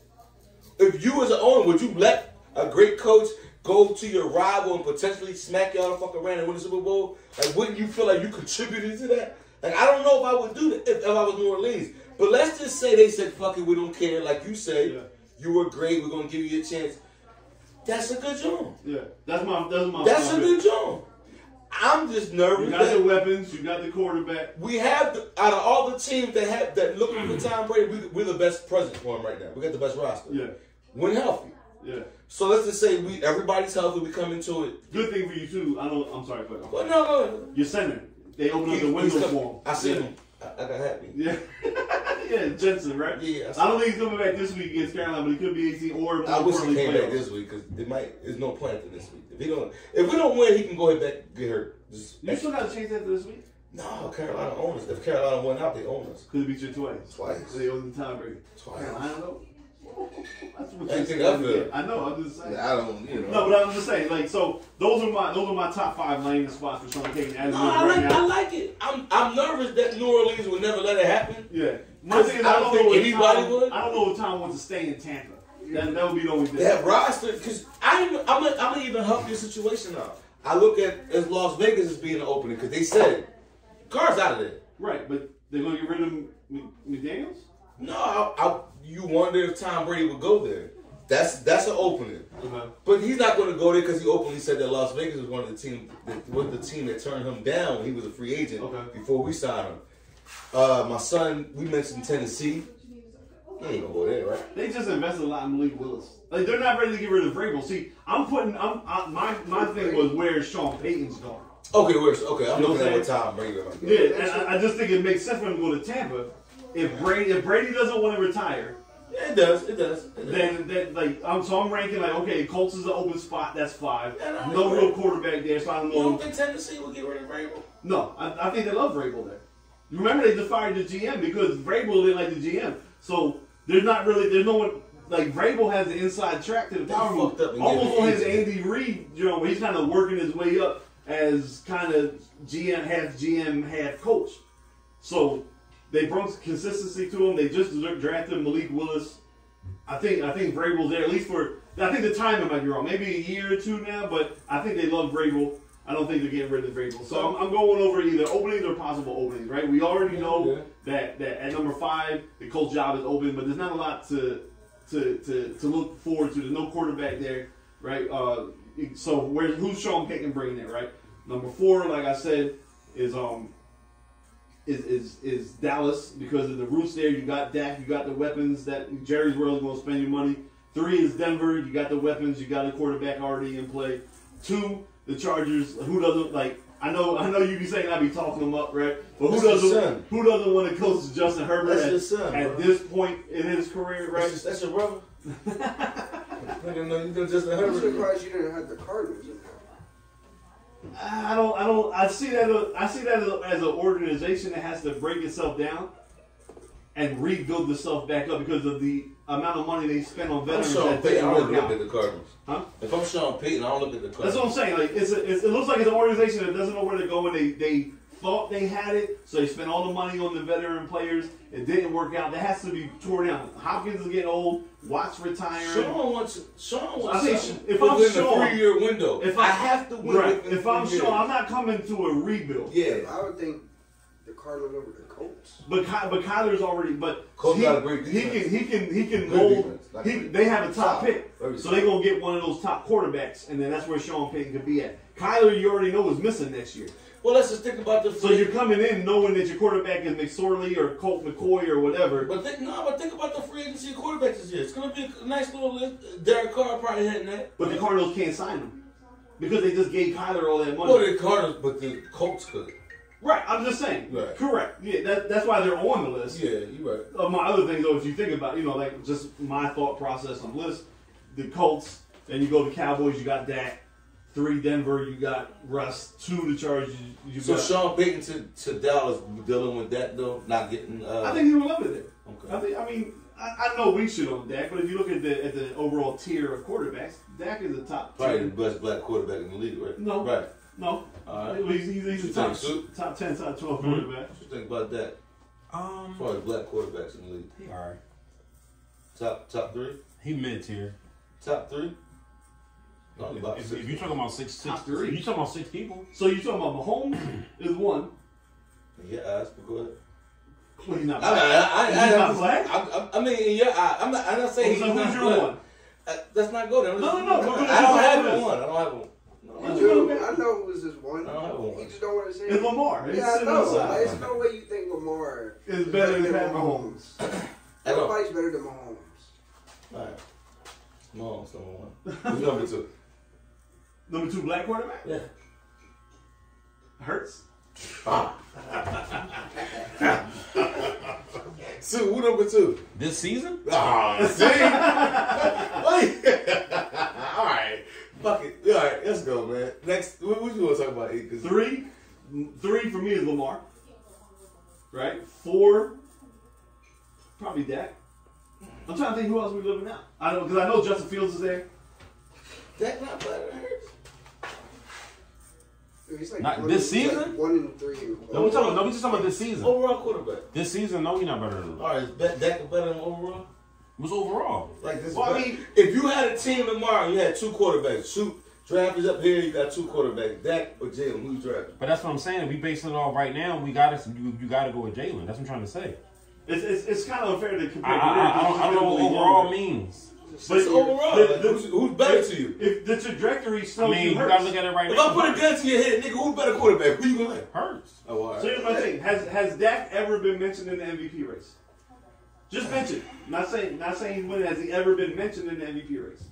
C: If you as an owner, would you let a great coach go to your rival and potentially smack y'all the fuck around and win the Super Bowl? Like, wouldn't you feel like you contributed to that? Like, I don't know if I would do that if, if I was New Orleans. But let's just say they said, "Fuck it, we don't care." Like you say,
B: Yeah.
C: you were great. We're gonna give you a chance. That's a good job.
B: yeah, that's my that's my.
C: That's a
B: my-
C: good job. I'm just nervous.
B: You got
C: that
B: the weapons. You got the quarterback.
C: we have the, out of all the teams that have that looking for Tom Brady, we, we're the best present for him right now. We got the best roster.
B: Mm-hmm. Yeah,
C: When healthy.
B: yeah.
C: So let's just say we everybody's healthy. We come into it.
B: Good thing for you too. I don't. I'm sorry, but
C: Well, no, no.
B: your center. They opened up
C: He-
B: the
C: he's
B: window
C: coming.
B: for him.
C: I see
B: Yeah.
C: him. I, I got happy.
B: Yeah. yeah, Jensen, right?
C: Yeah, I see.
B: I don't think he's coming back this week against Carolina, but he could be 18 or more
C: I wish he
B: importantly,
C: came back
B: playoffs.
C: this week because it might. There's no plan for this week. If he don't, if we don't win, he can go ahead back and get hurt. Just,
B: You still got a chance after this week?
C: no, Carolina owns us. If Carolina won out, they own us.
B: Could it beat you twice?
C: Twice.
B: They own the time break.
C: Twice.
B: Carolina though. That's what
C: That's
B: you
C: the other.
B: said. I know. I'm just saying.
E: I don't, you know.
B: No, but I'm just saying. Like, so those are my those are my top five landing spots for Sean Payton as
C: No,
B: of
C: I
B: right
C: like,
B: now.
C: I like it. I'm, I'm nervous that New Orleans would never let it happen.
B: yeah. One thing is, I
C: I
B: don't
C: don't
B: know
C: think
B: if
C: anybody
B: Tom,
C: would.
B: I don't know if Tom wants to stay in Tampa. That that would be the only thing.
C: That roster, because I'm, I'm, gonna- I'm gonna even help your situation out. I look at as Las Vegas as being an opening because they said, "Car's out of there."
B: Right, but they're gonna get rid of M- McDaniel's.
C: No, I, I, you wonder if Tom Brady would go there. That's that's an opening,
B: Okay.
C: but he's not going to go there because he openly said that Las Vegas was one of the team that was the team that turned him down when he was a free agent
B: Okay.
C: before we signed him. Uh, my son, we mentioned Tennessee. He ain't gonna go there, right?
B: They just invested a lot in Malik Willis. Like they're not ready to get rid of Vrabel. See, I'm putting. I'm I, my my thing was where Sean Payton's going.
C: Okay, where's okay? I'm
B: You know
C: looking at
B: what I'm
C: what Tom Brady might go.
B: Yeah, and I, I just think it makes sense for him to go to Tampa. If Brady if Brady doesn't want to retire,
C: Yeah, it does. It does. It does.
B: then that like I'm so I'm ranking like okay, Colts is the open spot. That's five.
C: Yeah, no,
B: No
C: they-
B: real quarterback there, so I don't
C: You don't
B: know.
C: think Tennessee will get rid of Vrabel?
B: No, I, I think they love Vrabel there. You Remember they fired the GM because Vrabel didn't like the GM. So there's not really there's no one like Vrabel has the inside track to the power move.
C: fucked up and
B: Almost
C: gave it
B: on his
C: easy.
B: Andy Reid, you know, where he's kind of working his way up as kind of GM half GM half coach. So they brought consistency to him. They just drafted Malik Willis. I think I think Vrabel's there at least for. I think the timing might be wrong. Maybe a year or two now, but I think they love Vrabel. I don't think they're getting rid of Vrabel. So I'm, I'm going over either openings or possible openings. Right? We already know
C: Yeah.
B: that that at number five the Colts job is open, but there's not a lot to to to, to look forward to. There's no quarterback there, right? Uh, so where who's Sean Payton bringing it? Right? Number four, like I said, is um is, is is Dallas because of the roots there. You got Dak, you got the weapons that Jerry's world is going to spend your money. Three is Denver. You got the weapons. You got a quarterback already in play. Two, the Chargers. Who doesn't like? I know, I know. You be saying I be talking them up, right? But who
C: That's your
B: doesn't?
C: son.
B: Who doesn't want to coach Justin Herbert
C: That's your
B: at,
C: son,
B: at
C: bro.
B: this point in his career, right?
C: That's, just, that's your brother. Nigga, no, you done just a
D: I'm
C: hundred.
D: surprised you didn't have the Cardinals in there.
B: I I don't, I don't, I see that, as- I see that as, a- as an organization that has to break itself down and rebuild itself back up because of the amount of money they spend on
C: If I'm
B: veterans.
C: Sean
B: that didn't
C: Payton, I don't
B: work
C: look
B: out.
C: at the Cardinals.
B: Huh?
C: If I'm Sean Payton, I don't look at the
B: That's what I'm
C: Cardinals.
B: saying. Like it's, a, it's it looks like it's an organization that doesn't know where to go, and they they thought they had it, so they spent all the money on the veteran players. It didn't work out. That has to be torn down. Hopkins is getting old. Watts retiring.
C: Sean wants. Sean wants.
B: I think
C: something
B: if I'm
C: within
B: Sean-
C: a three-year window,
B: If
C: I have to win.
B: right?
C: within
B: If I'm
C: three
B: sure, I'm
C: years.
B: not coming to a rebuild.
C: yeah.
D: I would think the Cardinals over the Colts.
B: But Ky- but Kyler's already but
C: Colts
B: he,
C: got a great
B: he
C: defense.
B: can he can he can
C: Good
B: mold.
C: defense, not
B: He,
C: great.
B: they have a top,
C: Top.
B: pick,
C: Very
B: so
C: top.
B: they're gonna get one of those top quarterbacks, and then that's where Sean Payton could be at. Kyler, you already know is missing next year,
C: Well, let's just think about the.
B: so you're coming in knowing that your quarterback is McSorley or Colt McCoy or whatever.
C: But think no, but think about the free agency of quarterbacks this year. It's gonna be a nice little list. Derek Carr probably hitting that.
B: But the Cardinals can't sign him because they just gave Kyler all that money.
C: Well, the Cardinals, but the Colts could.
B: right, I'm just saying.
C: Right.
B: Correct. Yeah, that, that's why they're on the list.
C: Yeah, you're right.
B: Among other things, though, if you think about, you know, like just my thought process on this, the Colts Then you go to Cowboys, you got Dak. Three Denver, you got Russ. Two the Chargers, you, you
C: So
B: got.
C: Sean Payton to, to Dallas dealing with that though, not getting. Uh,
B: I think he would love it.
C: Okay.
B: I think. I mean, I, I know we should on Dak, but if you look at the at the overall tier of quarterbacks, Dak is the top.
C: probably
B: tier.
C: the best black quarterback in the league, right?
B: No.
C: Right.
B: No,
C: All right. Mm-hmm.
B: Well, he's, he's, he's a
C: You
B: top
C: think so?
B: top ten, top 12 quarterback.
C: What you think about that? As
A: Um,
C: far as black quarterbacks in the league,
A: all right.
C: top top three,
A: He mid tier.
C: top three. Probably about
A: If,
C: six.
A: if you're talking about six, six
B: Top three.
A: you talking about six people.
B: So you talking about Mahomes is one.
C: In your eyes, but go ahead.
B: Well, he's not.
C: I, I, I,
B: He's
C: I,
B: not
C: I,
B: black? Oh,
C: I, I, I mean, in your eye, I'm not. I'm not saying
B: So
C: he's
B: who's
C: not
B: your
C: black.
B: one?
C: Uh, let's not go there.
B: No, no, no, we're gonna
C: I don't
B: just
C: have
B: do this.
C: one. I don't have one. No, I don't
B: Who's your-
C: have
D: Dude, I know it was this one.
C: I don't have one.
D: You just don't want to say
B: It's
D: it.
B: Lamar. It's
D: Yeah, I
B: sitting
D: know.
B: outside.
D: Like, There's no way you think Lamar
B: It's better than Pat Mahomes.
C: one. At all.
D: Nobody's better than Mahomes.
C: Alright. Mahomes number one. Who's number two?
B: Number two black quarterback?
C: Yeah.
B: Hurts?
C: Sue, who number two?
A: This season,
C: Ah, see? Alright. Fuck it. Alright, let's go, man. Next, what, what you want to talk about? Eight, 'Cause-
B: Three. Three for me is Lamar. Right? Four. Probably Dak. I'm trying to think who else we living out. I know because I know Justin Fields is there.
C: that not better than hers?
D: Dude, he's like
A: Not
D: one
A: this
D: in- he's
A: season?
D: Like one in three. oh, in
A: no, we talking. No, we just talking about this season.
C: Overall quarterback.
A: This season, no, we not better than. Him.
C: Alright, is that, that better than overall?
A: What's overall?
C: Like this.
B: Well, I mean-
C: if you had a team tomorrow, you had two quarterbacks. Shoot, draft is up here. You got two quarterbacks, Dak or Jalen. Who you drafting?
A: But that's what I'm saying. If we base it all right now, we got to you, you got to go with Jalen. That's what I'm trying to say.
B: It's, it's, it's kind of unfair to compare.
A: I, I, I, I don't, I don't know what overall means.
B: But
C: It's overall.
B: the-
C: like,
B: the-
C: who's, who's better to you?
B: If the trajectory
A: I
B: still
A: mean, you got to look at it right
C: If
A: now.
C: I put a gun to your head, nigga, who's better quarterback? Who you gonna like?
A: hurts.
C: Oh, all right.
B: So here's my thing: Has has Dak ever been mentioned in the MVP race? Just mentioned. Not saying not saying he's winning. Has he ever been mentioned in the MVP race?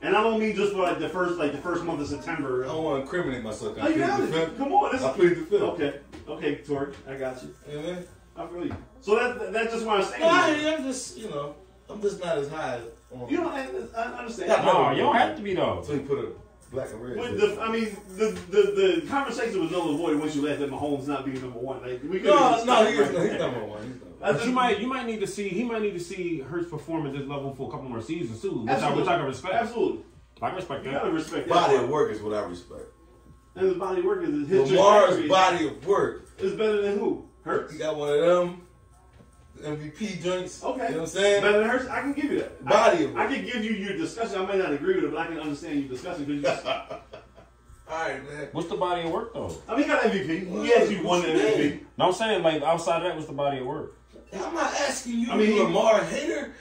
B: And I don't mean just for like the first like the first month of September.
C: I don't want to incriminate myself.
B: Oh,
C: I
B: you
C: plead
B: got
C: the
B: it.
C: fifth.
B: Come on, this
C: I plead the fifth.
B: Okay, okay, Tori, I got you.
C: You know what I mean?
B: I feel you. So that that's just what I'm
C: No, I,
B: saying.
C: am just, you know, I'm just not as high. as- on-
B: You don't. I I understand.
C: Yeah,
A: No, you don't have to be though.
C: So you put a black and red.
B: But
C: there.
B: the, I mean, the, the the conversation was null and void once you left that Mahomes not being number one. Like we could
C: no, no, he's, he's number one. He's number one.
A: But you might you might need to see he might need to see Hurts perform at this level for a couple more seasons too, which, I, which I can respect.
B: Absolutely.
A: I can respect
B: You
A: that.
B: gotta respect that.
C: Body of work is what I respect.
B: And his body of work is his
C: Lamar's
B: trajectory
C: body of work
B: is better than who? Hurts.
C: You got one of them MVP joints.
B: Okay.
C: You know what I'm saying?
B: Better than Hurts? I can give you that.
C: Body of
B: I,
C: work.
B: I can give you your discussion. I may not agree with it, but I can understand your discussion because I
C: All right, man.
A: What's the body of work though?
B: mean, he got MVP. He actually won the MVP.
A: No, I'm saying like outside of that, what's the body of work?
C: I'm not asking you.
B: I
C: I
B: mean,
C: mean,
B: he-
C: Lamar a hater.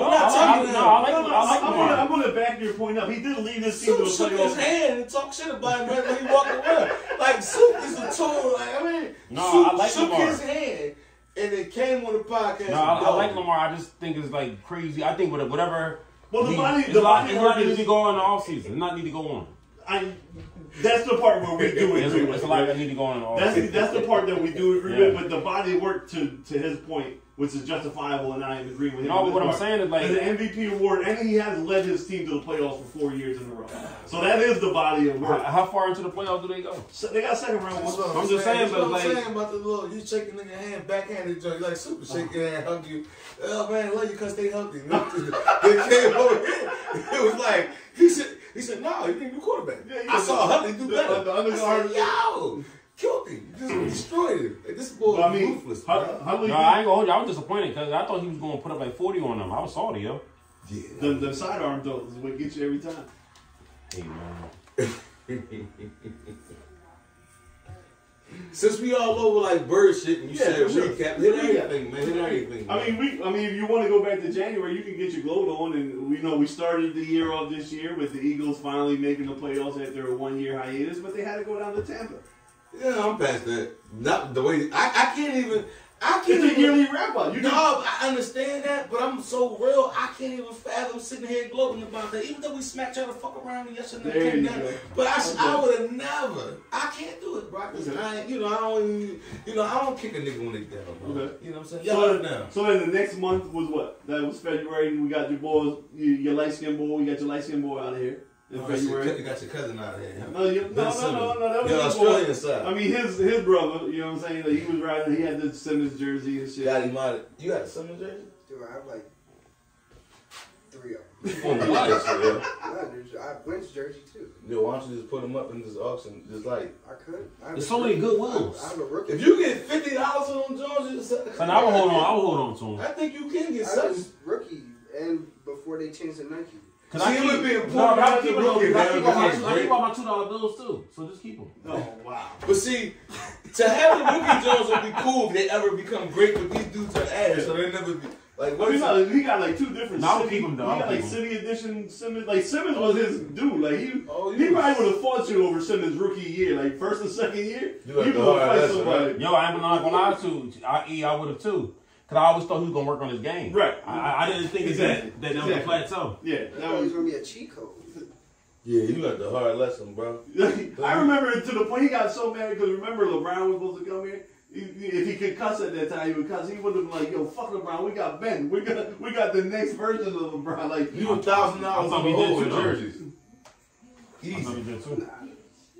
A: No,
C: we're
A: I-
C: not talking
A: I-
C: to
A: no,
C: him.
A: I like-
B: No, no, I, am gonna,
A: Lamar.
B: I'm gonna back your point up. He did lead this team to a
C: Soup shook his
B: playoff.
C: hand and talked shit about him right when he walked around. Like Soup is the tone. Like I mean,
A: No,
C: Soup
A: I like
C: shook
A: Lamar.
C: his hand and it came on the podcast.
A: No, I,
C: and
A: I like
C: dog.
A: Lamar. I just think it's like crazy. I think with whatever.
B: Well, the
A: he-
B: body-
A: it's
B: the
A: a lot,
B: body
A: it's a lot
B: work
A: need
B: is-
A: to go on in the offseason. It's not need to go on.
B: I, that's the part where we do
A: It's,
B: agree with.
A: it's a
B: it,
A: lot
B: right?
A: that need to go on in the
B: That's
A: offseason.
B: that's the part that we do agree with,
A: Yeah.
B: but the body work to to his point, which is justifiable, and I am agreeing with him.
A: No,
B: on
A: but
B: this
A: what I'm
B: part,
A: saying is, like-
B: an MVP award, and he has led his team to the playoffs for four years in a row. So that is the body of
A: How,
B: work.
A: how far into the playoffs do they go?
B: So they got second round
C: That's
B: one.
C: what
A: I'm just saying,
C: that's what
A: but
C: I'm
A: like-
C: saying about the little you shaking nigga hand backhanded joint, like super shake your hand, hug you. Oh man, I love you cause they hugged you. they came over here. It was like he said he said, No, you didn't do quarterback.
B: Yeah, he
C: I
B: was-
C: saw Huntley do
B: the-
C: better.
B: the
C: I
B: undercard-
C: said, Yo, killed him. You Just destroyed him. Like, this boy
B: But I
C: is
B: mean,
C: ruthless.
B: Hun-
C: bro.
B: Huntley,
A: No, I ain't gonna hold you. I was disappointed because I thought he was gonna put up like 40 on them. I was salty, yo.
C: Yeah.
B: the, the sidearm though is what gets you every time.
A: Hey man,
C: Since we all over like bird shit and you
B: Yeah,
C: said
B: for sure.
C: recap,
B: Yeah.
C: hit everything, man, hit everything.
B: I mean, we. I mean, if you want to go back to January, you can get your gloat on, and you know we started the year off this year with the Eagles finally making the playoffs after a one year hiatus, but they had to go down to Tampa.
C: Yeah, I'm past that. Not the way I, I can't even. I can't
B: It's a
C: even.
B: yearly wrap up. You
C: no,
B: just,
C: I understand that, but I'm so real. I can't even fathom sitting here gloating about that. Even though we smacked y'all the fuck around yesterday,
B: There
C: came
B: you
C: down,
B: go.
C: but I,
B: Okay.
C: would have never. I can't do it, bro. 'cause
B: Okay.
C: I, ain't- you know, I don't, even- you know, I don't kick a nigga when they down, bro.
B: Okay.
C: You know what I'm saying? Y'all
B: so,
C: are down.
B: so then the next month was what? That was February. We got your boys, your, your light skinned boy. You got your light skinned boy out of here in
C: Oh, that's your cou-
B: February.
C: you got your cousin out of here.
B: No, you, no, no, no, no, that was
C: your
B: your
C: Australian
B: boy.
C: side.
B: I mean, his his brother. You know what I'm saying? Like, he was riding. He had to send his jersey
C: you
B: and shit.
C: got him out. Of, you got a Southern jersey?
D: Dude, I have like three of them.
C: Oh, nice, yo.
D: Yeah, there's- I have Wentz jersey too.
C: yo, why don't you just put them up in this auction? Just like
D: I could. I have
A: There's
D: a
A: so many
D: rookie-
A: good
D: I
A: ones.
D: have a rookie.
C: if you get fifty dollars on them Jones, you just.
A: So now I will hold on. I will hold on to him.
C: I think you can get
D: I
C: something.
D: was rookie and before they changed the Nike.
A: Cause
C: See,
A: I
C: it
A: keep-
C: would be important
A: No, but I
C: not
A: keep
C: to
A: all my-
C: look at
A: I keep all my
C: that.
A: two- I keep all my two dollar bills too. So just keep them.
B: Oh wow.
C: But see, to have the rookie Jones would be cool if they ever become great, but these dudes are ass, so they never be like.
B: Well,
C: What
B: he
C: is
B: got, he got like two different.
A: Nah, I'll
B: city,
A: keep him, though.
B: He
A: I'll
B: got like
A: keep him.
B: city edition Simmons. Like Simmons was his dude. Like he,
C: Oh,
B: he
C: you-
B: probably would have fought you over Simmons rookie year. Like first and second year,
C: You
B: you
C: like
B: would
C: the hard
B: fight
C: ass,
B: somebody.
A: Yo, I'm not gonna lie to you. I, E, I would have too. Cause I always thought he was gonna work on his game.
B: Right.
A: I, I- I didn't think
B: Exactly.
A: that that, that
B: Exactly.
A: was a plateau.
B: Yeah,
D: I
B: that
D: thought it was
B: was.
D: gonna be a cheat code.
C: Yeah, you learned the hard lesson, bro.
B: I remember it to the point he got so mad because remember LeBron was supposed to come here. He- he- If he could cuss at that time, he would cuss. He would have been like, "Yo, fuck LeBron. We got Ben. We got we got the next version of LeBron." Like
C: You a thousand
A: I'm
C: dollars on
A: talking
C: old
A: about you,
C: jerseys.
A: I thought
C: Easy.
A: he did too.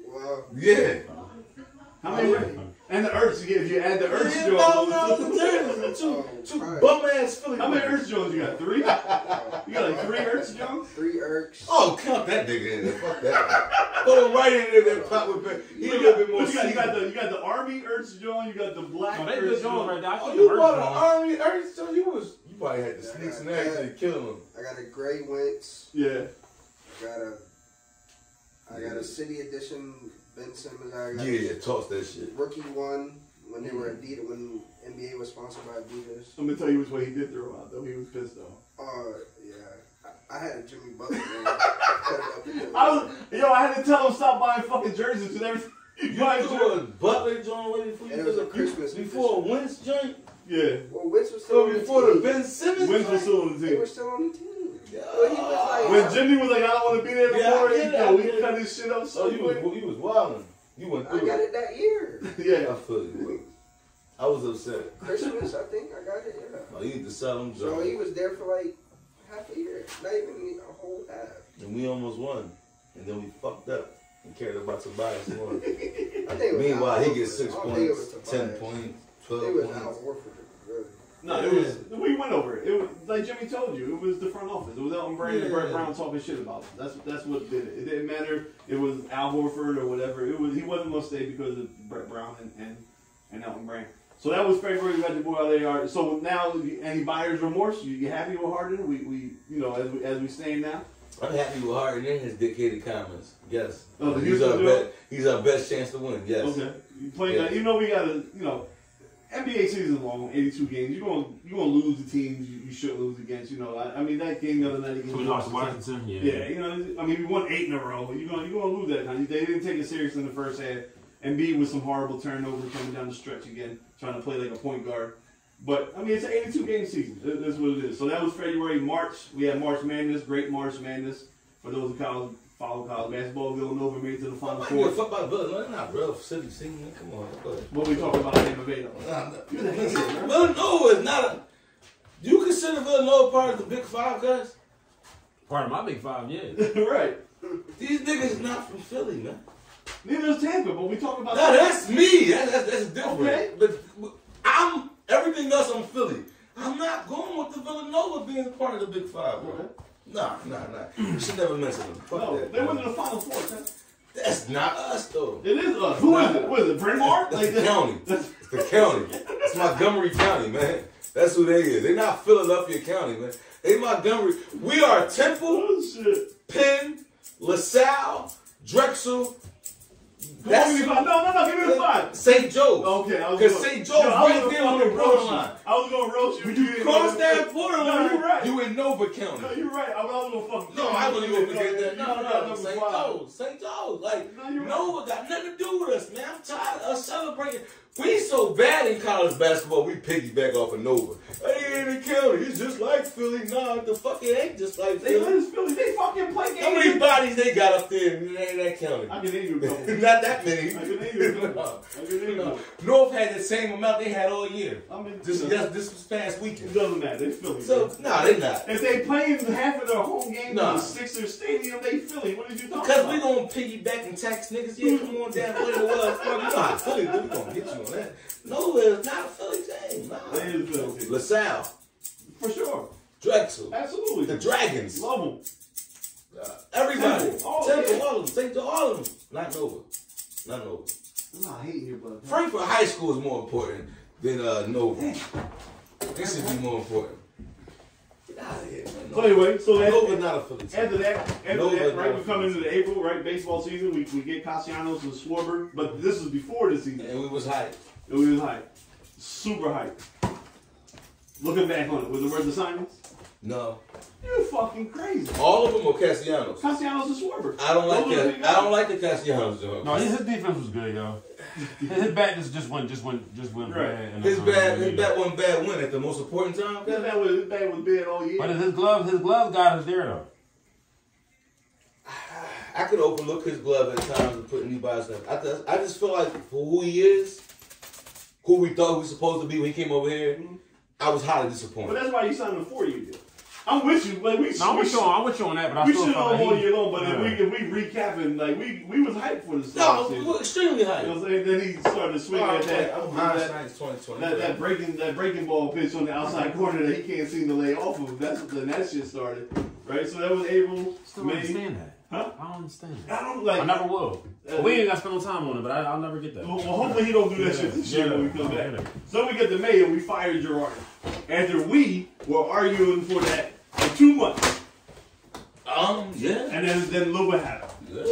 D: Well,
C: Yeah.
B: how many? And the Earths, if you add the Earths,
C: Yeah, thousand dollars on
B: Jones,
C: jerseys. Two, two
D: Alright.
C: bum ass Philly.
B: how many
C: boys.
B: Earths Jones you got? Three. You got like three Earths Jones.
D: three irks.
C: Oh, count that nigga in there. Fuck that. Put him right in there. That pop would be. He a little bit more.
B: you, got, you got
C: seasoned.
B: the you got the army Earth's John, you got the black
A: No, they
B: Earth's
A: good
B: John.
A: Jones right there. I
C: Oh,
A: keep
C: you
A: the Earth
C: bought an
A: Jones.
C: army Earth so you was you probably had the sneaks and everything killing them.
D: I got a gray Wentz.
B: Yeah,
D: I got a. I got a city edition Ben Simmons. I got
C: Yeah, toss that shit.
D: rookie one when they were Adidas when NBA was sponsored by Adidas.
B: I'm gonna tell you which way he did throw out though. He was pissed off.
D: Oh yeah, I, I had a Jimmy Butler. man. Cut it up and down.
B: I was yo, I had to tell him stop buying fucking jerseys and everything.
C: You
B: Buying
C: threw
B: jer-
C: a Butler joint way before you
D: And it was
C: threw
D: a Christmas
C: before a Wentz joint,
B: yeah,
D: well, Wentz was still
C: so
D: on the
C: before the
D: team.
C: Ben Simmons
B: Wins was
C: joint.
B: still on the
D: They were
B: team.
D: still on the team.
C: Yeah.
D: Well, he was like,
B: When Jimmy was like, I don't want to be there
C: Yeah, I
B: anymore.
C: get it,
B: yo,
C: I
B: we
C: get it.
B: cut this shit up so
C: So Oh, you was
B: quick.
C: you was wilding. You went
D: I
C: through
D: got
C: it.
D: it that year.
C: I
B: Yeah,
C: feel you. I was upset.
D: Christmas, I think I got it. Yeah.
C: No, you need to sell them
D: So he
C: joint,
D: was there for like half a year, not even a whole half.
C: and we almost won, and then we fucked up and carried about to buy us one.
D: I think it was
C: Meanwhile,
D: Al
C: he gets
D: Horford.
C: six
D: I don't think it
C: points,
D: was
C: ten
D: Tobias.
C: points,
D: I think It
C: twelve
D: was Al
C: points.
D: Horford. Really.
B: no, it was. We went over it. It was like Jimmy told you. It was the front office. It was Elton Brand and Brett
C: Yeah.
B: Brown talking shit about him. That's that's what did it. It didn't matter. It was Al Horford or whatever. It was he wasn't gonna stay because of Brett Brown and and, and Elton Brand. So that was February. You got the boy out there. All right, So now any buyer's remorse? You, you happy with Harden? We we you know as we as we stand now.
C: I'm happy with Harden and his dictated comments. Yes,
B: Oh, the
C: he's our
B: Houston
C: best. He's our best chance to win. Yes.
B: Okay. You play
C: Yeah.
B: that. Even though we got to, you know, NBA season long, 82 games. You're going to you're gonna lose the teams you, you shouldn't lose against. You know, I, I mean, that game the other night against
A: So we lost to
B: Washington.
A: Washington. Yeah.
B: Yeah, you know, I mean, we won eight in a row. You're going you're gonna lose that time. They didn't take it serious in the first half. And B with some horrible turnover coming down the stretch again, trying to play like a point guard. But, I mean, it's an 82 game season. That- That's what it is. So that was February, March. We had March Madness, great March Madness. For those who college, follow college basketball, Villanova made it to the Final
C: Fuck you,
B: Four.
C: fuck my brother. That's not real city singing. man. Come on, go ahead.
B: What we talking about in Barbados?
C: Nah, nah.
B: You the hater, man.
C: Villanova is not a. Do you consider Villanova part of the Big Five guys?
A: Part of my big five. Yeah.
B: right.
C: These niggas not from Philly, man.
B: Neither is Tampa, but we talking about
C: Now that's me. That, that, that's different.
B: Okay.
C: But, but I'm everything else. I'm Philly. I'm not going with the Villanova being part of the Big Five, bro.
B: Okay.
C: Nah, nah, nah. You should never mention them. Fuck
B: No,
C: that.
B: they went to the final four. man.
C: That's not us though.
B: It is us. Who is it? What is it? Bryn Mawr?
C: That's the
B: that-
C: county. It's the county. It's Montgomery County, man. That's who they is. They're not Philadelphia County, man. They Montgomery. We are Temple,
B: Oh shit.
C: Penn, LaSalle, Drexel. That's
B: That's give me the five. No, no, no. Give me the five. line.
C: St. Joe's.
B: Okay, I was
C: Because
B: going-
C: St. Joe's
B: Yo, I was
C: right
B: gonna
C: there on the
B: fucking
C: road.
B: borderline. I was gonna roast you.
C: When
B: didn't
C: you cross
B: know.
C: that borderline,
B: No, you're right.
C: you in Nova County.
B: No, you're right. I was gonna fucking.
C: No, I wouldn't even forget that. No,
B: forgot
C: no, no,
B: number
C: St.
B: five.
C: Joe's, St. Joe's. Like,
B: No, you're right.
C: Nova got nothing to do with us, man. I'm tired of us celebrating. We so bad in college basketball, we piggyback off of Nova. Hey, in the county, it's just like Philly. Nah, the fuck it ain't just like
B: They let
C: Philly.
B: us Philly. They fucking play games.
C: How many bodies they got up there in that, that county?
B: I can name you a couple.
C: Not that many.
B: I can name you a couple. I can name you. a couple.
C: North had the same amount they had all year.
B: I mean,
C: This,
B: you know,
C: that's- this was past
B: it
C: weekend.
B: doesn't matter. They Philly.
C: So,
B: bro.
C: nah, they not.
B: if they playing half of their home game
C: Nah.
B: in the Sixers stadium, they Philly. What did you talk
C: Because
B: about?
C: we gonna piggyback and tax niggas. Yeah, come on down, play the Wells Fargo. You know how Philly do. We gonna get you on that. No, it's not a Philly team. Nah.
B: It is a Philly team.
C: LaSalle,
B: for sure,
C: Drexel,
B: absolutely.
C: the Dragons,
B: Love them.
C: everybody.
B: Temple. Oh,
C: Temple,
B: yeah.
C: all of them. Take to all of them. Not Nova. Not Nova.
B: I'm not hating here, but
C: Frankfurt High School is more important than uh, Nova. This should be more important. Get out of here, man.
B: So anyway, so that,
C: Nova not a Philly team.
B: After that, after
C: No,
B: that,
C: but
B: right,
C: no.
B: we come into the April, right, baseball season. We, we get Castellanos and Schwarber, but this was before the season.
C: And we was hyped.
B: It was hype, super hype. Looking back on it, was it worth the signings?
C: No.
B: You're fucking crazy.
C: All of them are Castellanos.
B: Castellanos and Schwarber.
C: I don't like
B: Those are the
C: that.
B: big
C: I don't
B: guys.
C: like the Castellanos though.
A: No, his, his defense was good, yo. His bat just just went just went just went
B: Right.
A: bad. um, in the
C: His
A: first
C: bad, his
A: league.
C: bad one bad win at the most important time.
B: That
C: guys?
B: man was that man was bad all year.
A: But his glove his glove got us there though.
C: I could overlook his glove at times and put anybody's name. I just, I just feel like for who he is, who we thought he was supposed to be when he came over here, I was highly
B: But
C: disappointed.
B: that's why you signed a four-year deal. I'm with you. Like we,
A: No, I'm
B: we,
A: with you on I'm with you on that, but I
B: we
A: still
B: should have
A: felt like
B: all
A: he-
B: year long. But
A: Yeah.
B: if we if we recapping, like we we was hyped for this.
C: No,
B: season.
C: we were extremely high.
B: You know what I'm saying? Then he started swinging at that. that- That, that breaking that breaking ball pitch on the outside corner that he can't seem to lay off of. That's when that shit started, right? So that was April,
A: still don't
B: May.
A: understand that.
B: Huh?
A: I don't understand that.
B: I don't like.
A: I never will.
B: Uh,
A: we ain't got to spend no time on it, but I, I'll never get that.
B: well, well, hopefully he don't do that shit this year when we come back. So we get to May and we fire Gerard after we were arguing for that for two months,
C: Um, yeah.
B: and then then Luba happened.
C: yeah.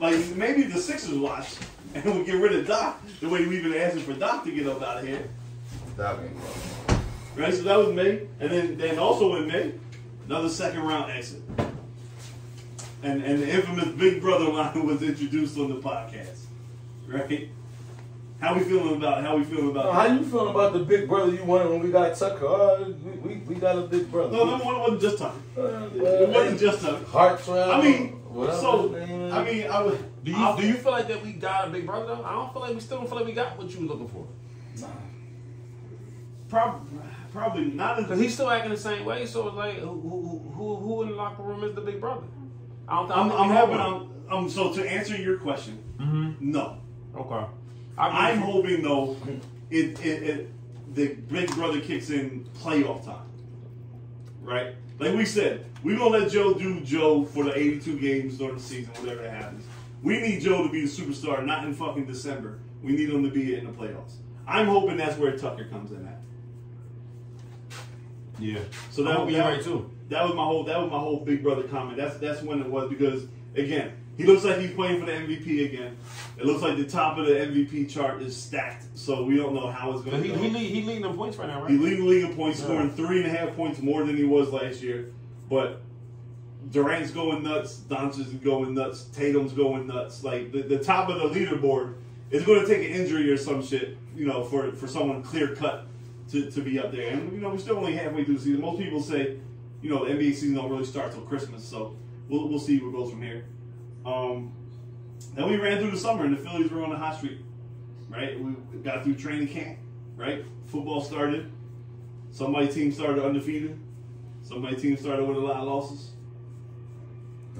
B: Like maybe the Sixers watch and we get rid of Doc the way we've been asking for Doc to get up out of here. Right, so that was May, and then then also in May, another second round exit, and and the infamous Big Brother line was introduced on the podcast, right? How we feeling about how we feeling about
C: Oh, Uh, How you feeling about the big brother you wanted when we got Tucker? Oh, we, we, we got a big brother.
B: No, number one it wasn't just Tucker.
C: Uh,
B: It wasn't just Tucker.
C: Heart twelve.
B: I mean,
C: whatever
B: so
C: his name is.
B: I mean, I would.
A: Do you, do you feel like that we got a big brother though? I don't feel like we still don't feel like we got what you were looking for.
B: prob- probably not as
A: Because he's still acting the same way, so it's like, who, who, who, who in the locker room is the big brother? I don't, I don't
B: I'm,
A: think
B: I'm
A: we have
B: hoping
A: one.
B: I'm, I'm so to answer your question, no.
A: Okay.
B: I'm hoping though it, it, it the Big Brother kicks in playoff time. Right? Like we said, we're gonna let Joe do Joe for the 82 games during the season, whatever that happens. We need Joe to be the superstar, not in fucking December. We need him to be in the playoffs. I'm hoping that's where Tucker comes in at.
A: Yeah. Oh,
B: So
A: I'm
B: that
A: hoping
B: would
A: you're right too.
B: That was my whole that was my whole Big Brother comment. That's that's when it was because again, he looks like he's playing for the MVP again. It looks like the top of the MVP chart is stacked, so we don't know how it's
A: 'Cause
B: going to
A: He,
B: go.
A: he, lead, he leading the points right now, right?
B: He leading the league in points,
A: Yeah.
B: scoring three and a half points more than he was last year. But Durant's going nuts, Doncic is going nuts, Tatum's going nuts. Like the, the top of the leaderboard is going to take an injury or some shit, you know, for for someone clear cut to, to be up there. And you know, we're still only halfway through the season. Most people say, you know, the NBA season don't really start till Christmas, so we'll we'll see what goes from here. Um, then we ran through the summer, and the Phillies were on the hot streak. Right, we got through training camp. Right, football started. Somebody team started undefeated. Somebody team started with a lot of losses.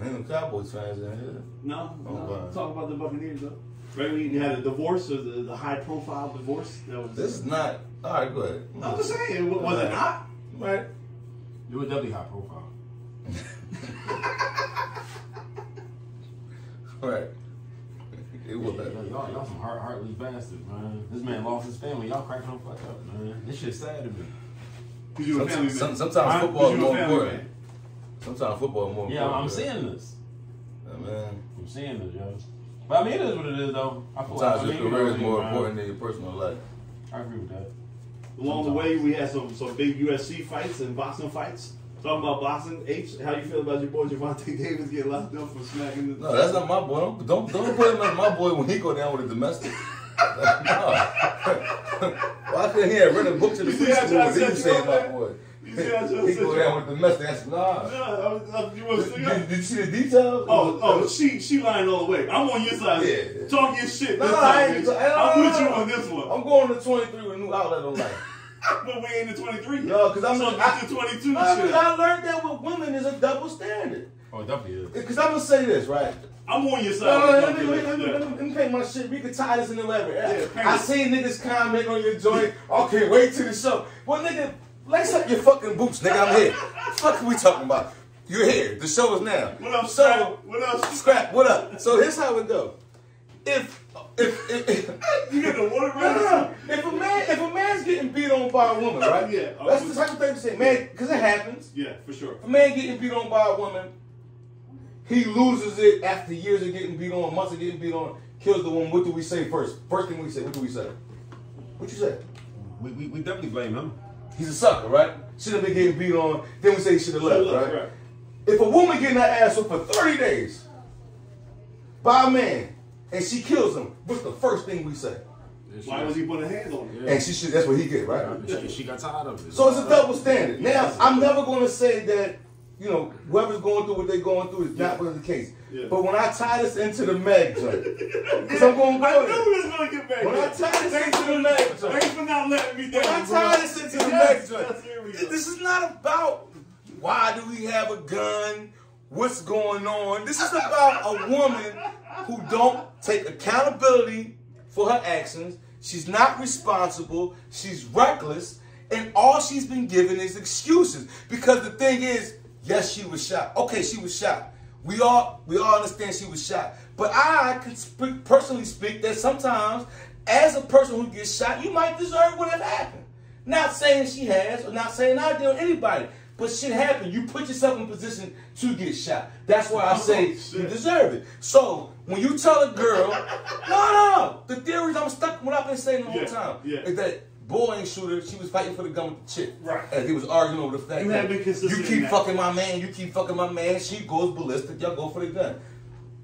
C: Ain't no Cowboys fans in here.
B: No, no.
C: Okay.
B: talk about the Buccaneers though. Right, we had a divorce, or the, the high profile divorce that was.
C: This is not. All right, go ahead.
B: I'm just saying, wa- was it not?
C: Right.
A: You were definitely high profile.
C: Right. It was.
A: Yo, y'all, y'all some heart, heartless bastards, man. This man lost his family. Y'all cracking him fuck up, man. This shit's sad to me.
B: Because you were a family
C: Sometimes,
B: man.
C: some-
B: Huh?
C: sometimes football is
B: 'Cause you a
C: more
B: family
C: important.
B: man.
C: Sometimes football is more
A: Yeah, I'm
C: important.
A: seeing this.
C: Yeah, man.
A: I'm seeing this, yo. But I mean, it is what it is, though. I feel like
C: Sometimes
A: I
C: your
A: mean,
C: career is
A: you know,
C: more
A: man,
C: important than your personal life.
A: I agree with that.
B: Along the way, we had some some big USC fights and boxing fights. Talking about boxing, H, how you feel about your boy Javante Davis getting locked up for smacking the?
C: No, that's not my boy. Don't don't, don't put him as my boy when he go down with a domestic. Like, no. Why couldn't he have read a book to the
B: You see how John
C: preschool? He was
B: set you
C: saying
B: up,
C: my
B: man?
C: boy.
B: You see how John
C: he
B: set
C: go
B: you
C: down
B: up?
C: with domestic. That's nah.
B: Yeah, I was, I, you want to see
C: Did,
B: that?
C: did you see the details?
B: Oh, oh, she she lying all the way. I'm on your side.
C: Yeah.
B: Talk your shit.
C: No,
B: this
C: no, I
B: time,
C: ain't-
B: bitch.
C: I-
B: I'm
C: no,
B: with
C: no,
B: you
C: no.
B: on this one.
C: I'm going to 23 with a new outlet on life.
B: But we ain't in 23.
C: No, 'cause I'm-
B: so
C: I-
B: get to 22
C: I,
B: shit.
C: I learned that with women is a double standard.
A: Oh, it definitely is.
C: Because I'm going to say this, right?
B: I'm on
C: No, no,
B: your side.
C: no, let me, let me, let me, let me paint my shit. We can tie this in eleven.
B: Yeah, paint
C: I
B: it.
C: seen niggas comment on your joint. I can't wait to the show. Well, nigga, lace up your fucking boots, nigga. I'm here. fuck are we talking about? You're here. The show is now.
B: What up,
C: So,
B: Scrap? What up, Scrap?
C: scrap. What up? So here's how it go. If if if, if
B: You get the water
C: No, no,
B: ready?
C: no. If a man, if a man's getting beat on by a woman, right?
B: Yeah.
C: That's the type of thing to say, man, because it happens.
B: Yeah, for sure.
C: If a man getting beat on by a woman, he loses it after years of getting beat on, months of getting beat on, kills the woman. What do we say first? First thing we say, what do we say? What you say?
A: We, we, we definitely blame him.
C: He's a sucker, right? Should have been getting beat on. Then we say he should have left,
B: Look,
C: right? If a woman getting her ass whooped for 30 days by a man and she kills him, what's the first thing we say?
B: Why was he putting hands on him?
C: And she should, that's what he get, right?
A: She, she got tired of it.
C: So it's a double standard. Now I'm never going to say that you know whoever's going through what they're going through is not really the case.
B: Yeah.
C: But when I tie this into the mag joint, because I'm going to
B: I
C: go
B: knew
C: there.
B: we was gonna get back.
C: When I
B: here.
C: tie this into the mag joint,
B: Thanks for not letting me down.
C: when I
B: bro.
C: tie this into the mag
B: Yes,
C: joint,
B: yes, here we go.
C: this is not about why do we have a gun, what's going on. This is about a woman who don't take accountability for her actions. She's not responsible. She's reckless, and all she's been given is excuses. Because the thing is, yes, she was shot. Okay, she was shot. We all we all understand she was shot. But I can speak, personally speak that sometimes, as a person who gets shot, you might deserve what had happened. Not saying she has, or not saying I did, or anybody. But shit happened. You put yourself in position to get shot. That's why I say you
B: shit.
C: deserve it. So when you tell a girl, no, no, no, the theories I'm stuck. What I've been saying the whole
B: Yeah,
C: time
B: yeah.
C: is that boy ain't shooter. She was fighting for the gun with the chick.
B: Right.
C: And he was arguing over the fact
B: You
C: that
B: have been consistent
C: you
B: in
C: keep
B: that.
C: fucking my man. You keep fucking my man. She goes ballistic. Y'all go for the gun.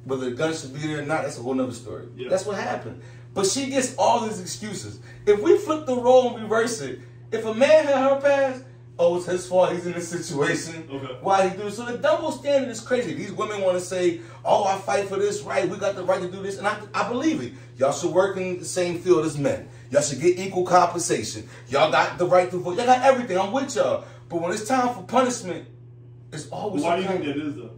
C: Whether the gun should be there or not, that's a whole nother story.
B: Yeah.
C: That's what happened. But she gets all these excuses. If we flip the role and reverse it, if a man had her pass, oh, it's his fault. He's in this situation.
B: Okay.
C: Why he do so? The double standard is crazy. These women want to say, "Oh, I fight for this right. We got the right to do this," and I, I believe it. Y'all should work in the same field as men. Y'all should get equal compensation. Y'all got the right to vote. Y'all got everything. I'm with y'all. But when it's time for punishment, it's always
B: Why do you
C: okay.
B: think that is though?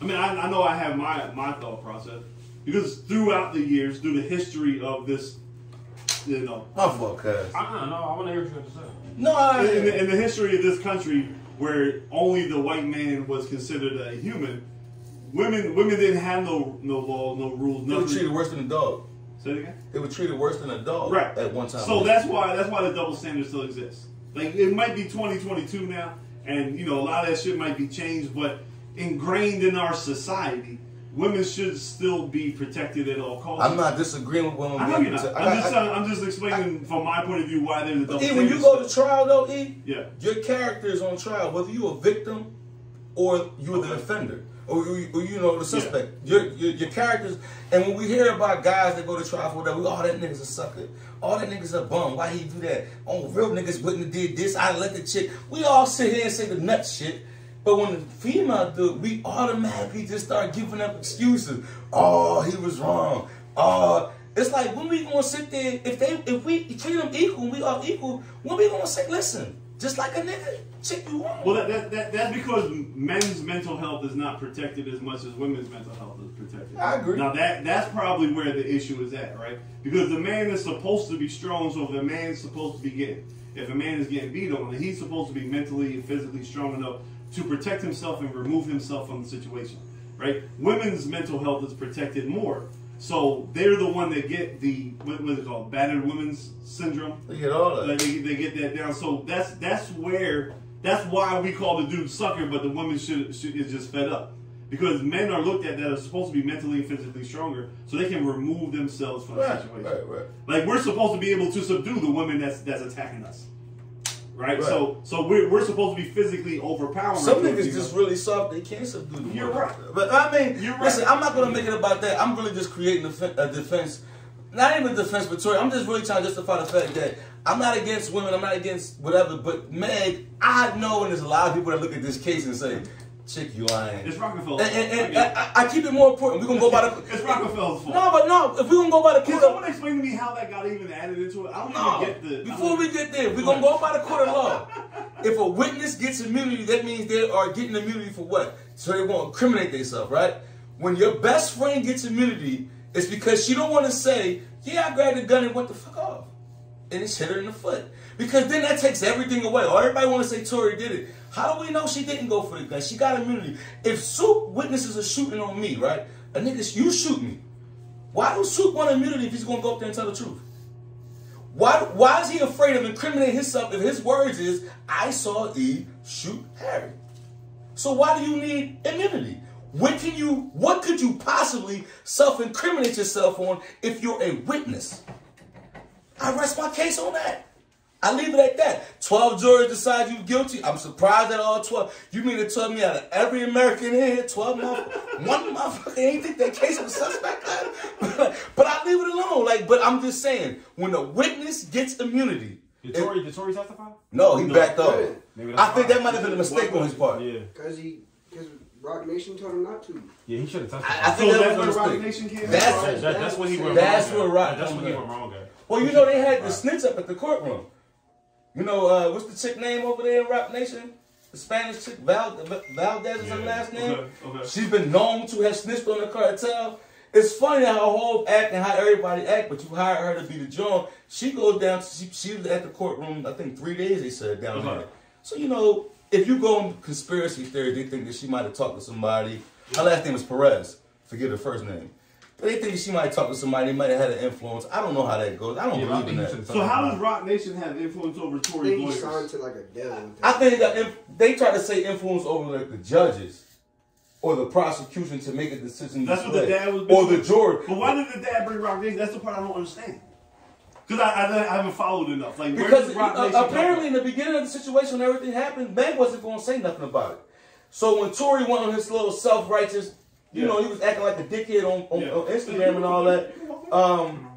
B: I mean, I, I know I have my my thought process because throughout the years, through the history of this, you know,
C: My fault, cuz.
A: I don't know. I want to hear what you have to say.
C: No, I,
B: in, the, in the history of this country, where only the white man was considered a human, women women didn't have no no law, no rules,
C: they were treated
B: nothing.
C: worse than a dog.
B: Say it again.
C: They were treated worse than a dog
B: Right.
C: at one time.
B: So that's why that's why the double standard still exists. Like it might be 2022 now, and you know a lot of that shit might be changed, but ingrained in our society, women should still be protected at all costs.
C: I'm not disagreeing with women.
B: I know
C: being
B: you're not.
C: protect-
B: I'm
C: I-
B: just
C: I-
B: telling- I'm just explaining from my point of view why there's a double
C: E,
B: standard.
C: when you go to trial though, E,
B: Yeah.
C: your character is on trial, whether you a victim or you're the offender. Or, you- or you know the suspect. Your, your your characters, and when we hear about guys that go to trial for whatever, we, oh that niggas a sucker, all that niggas a bum. Why he do that? Oh real niggas wouldn't have did this. I let the chick. We all sit here and say the nut shit, but when the female do, it, we automatically just start giving up excuses. Oh he was wrong. Oh it's like when we gonna sit there if they if we treat them equal, we are equal. When we gonna say listen, just like a nigga, chick you want.
B: Well, that, that, that, that's because men's mental health is not protected as much as women's mental health is protected.
C: I agree.
B: Now, that that's probably where the issue is at, right? Because the man is supposed to be strong, so if a man's supposed to be getting, if a man is getting beat on, then he's supposed to be mentally and physically strong enough to protect himself and remove himself from the situation, right? Women's mental health is protected more. So they're the one that get the, what was it called, battered women's syndrome?
C: Look at all that.
B: Like, they, they get that down. So that's that's where that's why we call the dude sucker, but the woman should, should is just fed up Because men are looked at that are supposed to be mentally and physically stronger, so they can remove themselves from the
F: Right,
B: situation.
F: right, right.
B: Like we're supposed to be able to subdue the woman that's that's attacking us. Right?
F: Right.
B: So so we're, we're supposed to be physically overpowering.
C: Some
B: those
C: niggas
B: people.
C: just really soft. They can't subdue the
B: You're
C: world.
B: right.
C: But I mean,
B: You're
C: listen,
B: right.
C: I'm not gonna make it about that. I'm really just creating a, fe- a defense, not even a defense, but sorry, I'm just really trying to justify the fact that I'm not against women. I'm not against whatever. But Meg, I know, and there's a lot of people that look at this case and say, "Chick, you lying."
B: It's Rockefeller.
C: and and, and
B: I mean,
C: I, I I keep it more important. We're gonna go by the.
B: it's Rockefeller's fault.
C: No, but no. If we're gonna go by the
B: Can
C: court of
B: someone explain to me how that got even added into it? I don't
C: no.
B: even get the.
C: Before we get there, we're gonna go by the court of law. If a witness gets immunity, that means they are getting immunity for what? So they won't incriminate themselves, right? When your best friend gets immunity, it's because she don't want to say, "Yeah, I grabbed a gun and went the fuck off," and it's hit her in the foot. Because then that takes everything away. Or everybody want to say Tori did it. How do we know she didn't go for the gun? She got immunity. If Soup witnesses are shooting on me, right? A nigga, you shoot me. Why do Soup want immunity if he's gonna go up there and tell the truth? Why, why is he afraid of incriminating himself if his words is, I saw E shoot Harry? So why do you need immunity? What can you what could you possibly self-incriminate yourself on if you're a witness? I rest my case on that. I leave it at that. 12 jurors decide you guilty. I'm surprised at all 12. You mean to tell me out of every American here, 12 motherfuckers, one motherfucker ain't think that case was suspect? but I leave it alone. Like, but I'm just saying, when a witness gets immunity,
A: Did
C: it-
A: Tory, did Tory testify?
C: no, he
B: No.
C: backed up.
A: Maybe that's
C: I think that
A: why.
C: might have been a mistake on his part.
A: Yeah.
D: Because he, because Rock Nation told him not to.
A: Yeah, he should have testified.
C: I, I think
B: So
C: that
B: that's
C: was a
B: where Rock
C: mistake.
B: Nation came in?
C: That's-
A: That- that- that's what he went
C: That's
A: wrong at.
C: where Rock-
A: That's what he went wrong at.
C: Well, you know they had the snitch up at the courtroom. You know uh, what's the chick name over there in Rock Nation? The Spanish chick Val, Valdez is her
A: Yeah,
C: last name.
B: okay, okay.
C: She's been known to have snitched on the cartel. It's funny how her whole act and how everybody act, but you hire her to be the joint. She goes down. She, she was at the courtroom. I think three days they said down
B: Uh-huh.
C: there. So you know, if you go on conspiracy theory, they think that she might have talked to somebody. Her last name was Perez. Forget her first name. They think she might have talked to somebody. They might have had an influence. I don't know how that goes. I don't
A: Yeah, but I
C: believe in
A: think he
C: that.
A: should have
B: So how does
A: testified.
B: Rock Nation have influence over
D: I
B: Tory
D: think he signed
B: lawyers?
D: to like a deal. and
C: I think that if they try to say influence over like the judges or the prosecution to make a decision.
B: That's
C: this
B: what the
C: way,
B: dad was.
C: or the jury.
B: But why did the dad bring Rock Nation? That's the part I don't understand. Because I, I, I haven't followed enough. Like where
C: Because
B: does Rock
C: uh,
B: Nation come
C: apparently
B: from?
C: in the beginning of the situation when everything happened, Meg wasn't going to say nothing about it. So when Tory went on his little self-righteous, you
B: Yeah.
C: know, he was acting like a dickhead on, on,
B: Yeah.
C: on Instagram and all that. Um,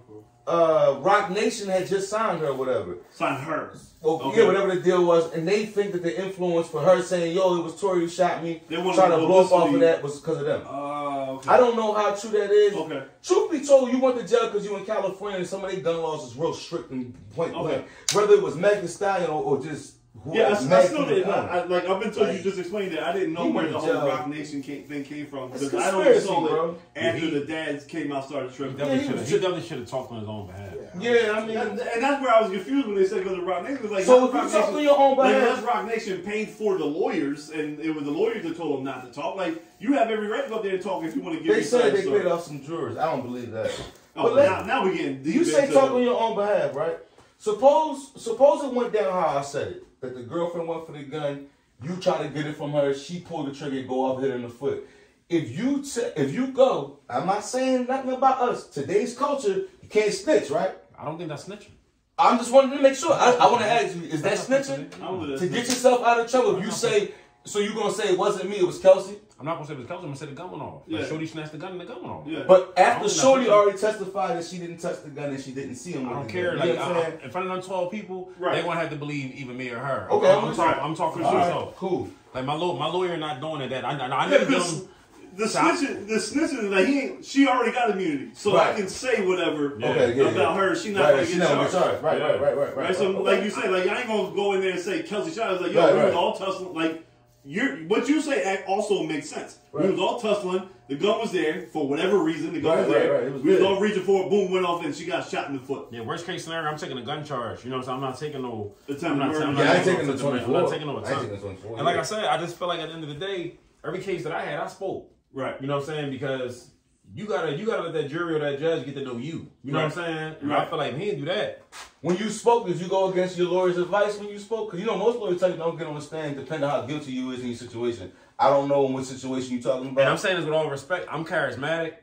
C: uh, Rock Nation had just signed her or whatever.
B: sign her.
C: Well, Oh,
B: Okay.
C: yeah, whatever the deal was, and they think that the influence for her saying, "Yo, it was Tory who shot me,"
B: They wanted
C: trying to
B: the
C: blow up off of
B: publicity.
C: that was because of them.
B: Uh, okay.
C: I don't know how true that is.
B: Okay.
C: Truth be told, you went to jail because you in California and some of their gun laws is real strict and point
B: Okay.
C: blank. Whether it was Meg Thee Stallion or, or just who
B: Yeah, I,
C: else,
B: I
C: Meg
B: still
C: Thee
B: didn't.
C: Stallion.
B: I, I- like up until you just explained it, I didn't know
C: He
B: where
C: went to
B: the
C: jail.
B: whole Rock Nation came, thing came from
C: That's
B: because I only saw it
C: conspiracy, bro.
B: after
A: Yeah, he-
B: the dads came out started
A: He
B: tripping.
C: Yeah, he
A: definitely should have.
C: was
A: He
C: just-
A: definitely should have talked on his own behalf.
C: yeah, I mean,
B: And, and that's where I was confused when they said because of Rock Nation. It was like,
C: So
B: how
C: if
B: Rock
C: you talk
B: Nation-
C: on your own
B: like,
C: behalf-
B: that's Rock Nation paid for the lawyers, and it was the lawyers that told them not to talk. Like, you have every right to go up there and talk if you want to give.
C: they
B: your
C: said
B: side
C: they
B: story.
C: paid off some jurors. I don't believe that.
B: Oh,
C: But let-
B: now, now we're getting deep.
C: you say
B: into-
C: talk on your own behalf, right? Suppose suppose it went down how I said it. That the girlfriend went for the gun, you try to get it from her, she pulled the trigger, go off, hit her in the foot. If you t- if you go, I'm not saying nothing about us. Today's culture, you can't snitch, right?
A: I don't think that's snitching.
C: I'm just wanting to make sure. I, I want to ask you, is that snitching?
B: I don't know
C: To
B: that.
C: get yourself out of trouble, if you say, so you're going to say it wasn't me, it was Kelsey?
A: I'm not gonna say it was Kelsey. I'm gonna say the gun went off.
B: Yeah.
A: Like Shorty snatched the gun and the gun went off.
B: Yeah.
C: But
A: I
C: after
A: don't know.
C: Shorty already testified that she didn't touch the gun and she didn't see him.
A: I
C: with
A: don't
C: the
A: care.
C: gun.
A: Like
C: You know what I'm
A: I,
C: saying?
A: in front of them twelve people,
B: Right.
A: they're gonna have to believe even me or her.
C: Okay,
A: I'm,
C: I'm
A: I'm
C: with
A: talking.
B: you.
A: I'm talking for
B: All right.
A: myself.
C: Cool.
A: Like my lawyer, my lawyer not doing it. That I, I, I
B: Yeah,
A: never give
B: because
A: him.
B: the
A: Stop.
B: snitching, the snitching, like he, ain't, she already got immunity, so I
C: Right.
B: can say whatever
A: Yeah.
C: Okay, yeah,
B: about
C: yeah.
B: her. She not
C: right,
B: gonna
C: she
B: get
C: not gonna
B: charged.
C: get charged. Right,
A: Yeah.
C: right, right, right,
B: Right, so
C: right.
B: like you say, like I ain't gonna go in there and say Kelsey shot. It's like, yo,
C: Right,
B: we was
C: right.
B: all tussling. Like you're, what you say act also makes sense.
C: Right.
B: We was all tussling. The gun was there for whatever reason. The gun
C: Right,
B: was
C: right,
B: there.
C: right, it was
B: we was
C: good.
B: all reaching for it. Boom, went off, and she got shot in the foot.
A: Yeah, worst case scenario, I'm taking a gun charge. You know, what I'm saying? I'm not taking no.
B: Attempt
A: I'm not,
B: murder.
A: I'm not
C: yeah, I ain't
A: taking
C: taking
A: no
C: the
A: attempt-
C: 24.
A: I'm not taking no
C: I ain't taking
A: attempt.
C: the 24.
A: And like I said, I just feel like at the end of the day, every case that I had, I spoke.
B: Right.
A: You know what I'm saying? Because you gotta you gotta let that jury or that judge get to know you. You know what I'm saying? And I
B: Right.
A: feel like if he didn't do that.
C: When you spoke, did you go against your lawyer's advice when you spoke? Because you know most lawyers tell you don't get on the stand, depending on how guilty you is in your situation. I don't know in what situation you're talking
A: And I'm
C: about.
A: saying this with all respect. I'm charismatic,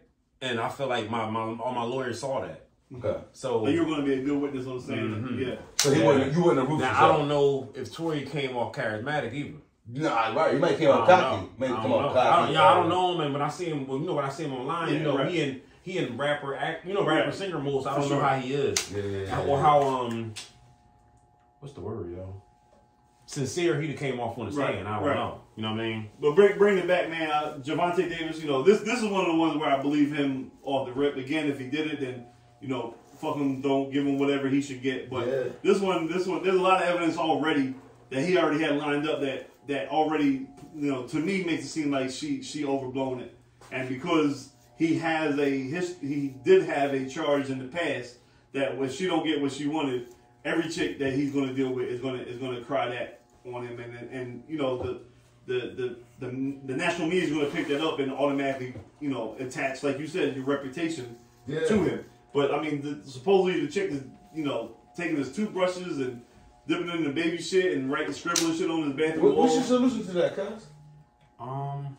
A: and I feel like my my all my lawyers saw that.
C: okay.
A: So
B: Like you're going to be a good witness on saying, yeah.
C: So he
A: Yeah.
C: wasn't, you wasn't a ruthless.
A: now I don't know if Tory came off charismatic either.
C: Nah, right. You might came
A: I
C: out
A: don't
C: cocky.
A: know.
C: Maybe
A: I
C: come
A: don't
C: out
A: know. I
C: cocky.
A: don't, yeah, I don't know him, and when I see him, well, you know, when I see him online,
B: Yeah,
A: you know,
B: right.
A: he and he and rapper act, you know, rapper
B: Right.
A: singer moves. I
B: For
A: don't know
B: sure.
A: how he is,
C: Yeah, yeah, yeah,
A: or
C: yeah.
A: how um, what's the word, yo? Sincere, he'd have came off on the
B: Right,
A: stand. I don't
B: right.
A: know. You know what I mean?
B: But bring, bring it back, man. Uh, Javante Davis, you know, this this is one of the ones where I believe him off the rip. Again, if he did it, then, you know, fuck him, don't give him whatever he should get. But
F: Yeah.
B: this one, this one, there's a lot of evidence already that he already had lined up that, that already, you know, to me makes it seem like she she overblown it. And because he has a his, he did have a charge in the past that when she don't get what she wanted, every chick that he's going to deal with is going to is going to cry that on him, and and, and you know the. The, the, the, the national media is going to pick that up and automatically you know attach like you said your reputation
F: Yeah.
B: to him. But I mean, the, supposedly the chick is you know taking his toothbrushes and dipping in the baby shit and writing scribbling shit on his bathroom
C: What,
B: wall.
C: what's your solution to that, cuz?
A: Um,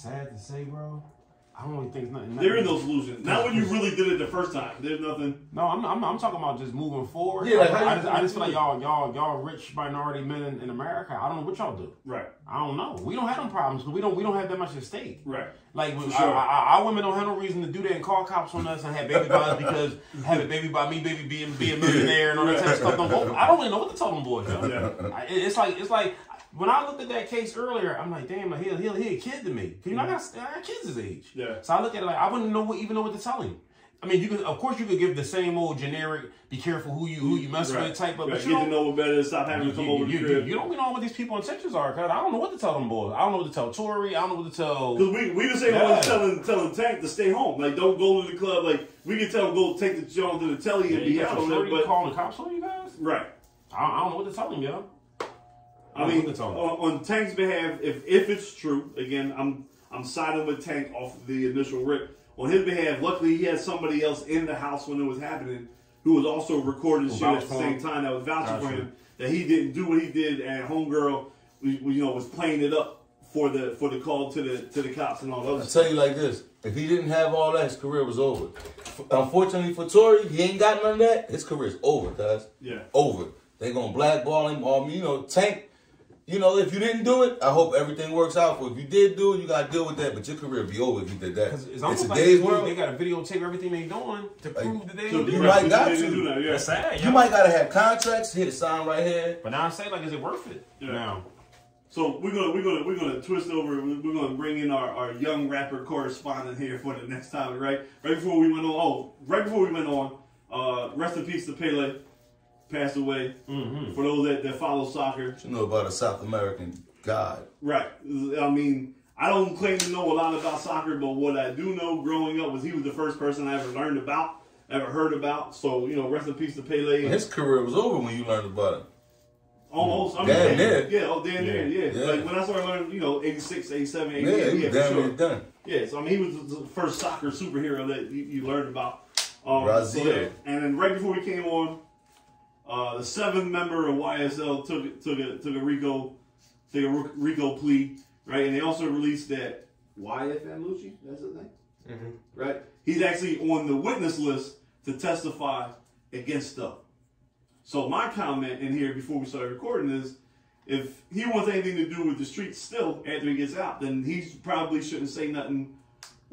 A: sad to say, bro. I don't really think nothing.
B: There is no solution. Not when you really did it the first time. There's nothing.
A: No, I'm, I'm, I'm talking about just moving forward.
C: Yeah, like, how
A: I,
C: you
A: I just, I
C: gonna
A: just feel
C: do
A: like y'all, y'all, y'all rich minority men in, in America. I don't know what y'all do.
B: Right.
A: I don't know. We don't have them problems because we don't, we don't have that much at stake.
B: Right.
A: Like
B: For
A: our-
B: sure.
A: our, our women don't have no reason to do that and call cops on us and have baby buys because have a baby by me, baby being be a millionaire and all that type of stuff. Don't vote. I don't really know what to tell them boys. Yo.
B: Yeah.
A: I- it- it's like it's like when I looked at that case earlier, I'm like, damn, like, he he he a kid to me. 'Cause, you know, I got, I got kids his age.
B: Yeah.
A: So I look at it like I wouldn't know what, even know what to tell him. I mean, you could, of course, you could give the same old generic, be careful who you who you mess
B: Right.
A: with type of.
B: Right.
A: But you
B: Get to
A: don't-
B: know what better. Stop having
A: you,
B: to come
A: you-
B: over
A: you-
B: the
A: you-
B: crib.
A: you don't know what these people's intentions are, cause I don't know what to tell them boys. I don't know what to tell Tori. I don't know what to tell.
B: Because we, we the same
A: Yeah.
B: ones telling telling Tank to stay home. Like don't go to the club. Like we can tell him go take the John to the telly and be
A: Yeah,
B: out.
A: so
B: there,
A: Shorty
B: But
A: calling the cops on you guys?
B: right.
A: I, I don't know what to tell him, yo.
B: I
A: don't know
B: mean,
A: what to tell
B: on,
A: him.
B: on Tank's behalf, if if it's true, again, I'm I'm siding with Tank off the initial rip. On his behalf, luckily he had somebody else in the house when it was happening who was also recording shit
A: vouched
B: at the
A: for
B: same
A: him.
B: time that was vouching for
A: Vouching.
B: him that he didn't do what he did and homegirl, we- we, you know, was playing it up for the for the call to the to the cops and all
C: I'll
B: those.
C: tell you like this. If he didn't have all that, his career was over. F- Unfortunately for Tory, he ain't got none of that. His career's over, guys.
B: Yeah.
C: Over. They gonna blackball him. Um, you know, tank. You know, if you didn't do it, I hope everything works out. For if you did do it, you gotta deal with that. But your career be over if you did that.
A: Because it's
C: In
A: almost like
C: today's
A: they-
C: world,
A: they got to videotape everything they doing to prove that they
B: So
A: didn't
B: you
A: do
C: might
A: it.
B: right,
C: got
B: they didn't
C: to.
B: do that, yeah.
A: That's sad, yo.
C: you might gotta have contracts. Here to sign right here.
A: But now I say, like, is it worth it?
B: Yeah.
A: Now,
B: So we're gonna we're gonna we're gonna twist over. We're gonna bring in our, our young rapper correspondent here for the next time, right? Right before we went on, oh, right before we went on, uh, rest in peace to Pele, passed away.
C: Mm-hmm.
B: For those that, that follow soccer,
C: You know about a South American god.
B: right? I mean, I don't claim to know a lot about soccer, but what I do know growing up was he was the first person I ever learned about, ever heard about. So you know, rest in peace to Pele.
C: His career was over when you learned about it.
B: Almost. I mean,
C: Damn
B: yeah,
C: near.
B: Yeah, oh, damn near, yeah.
C: Yeah.
B: Like when I started learning, you know, 86, 87,
C: Yeah,
B: 88,
C: he
B: yeah,
C: was
B: for
C: damn
B: sure.
C: near done.
B: Yeah, so I mean, he was the first soccer superhero that you, you learned about. Um,
C: Brazil.
B: so, yeah. And then right before we came on, uh, the seventh member of YSL took took a took a Rico took a Ru- Rico plea, right? And they also released that YFN Lucci, that's his name, right? He's actually on the witness list to testify against stuff. So my comment in here before we started recording is, if he wants anything to do with the streets still after he gets out, then he probably shouldn't say nothing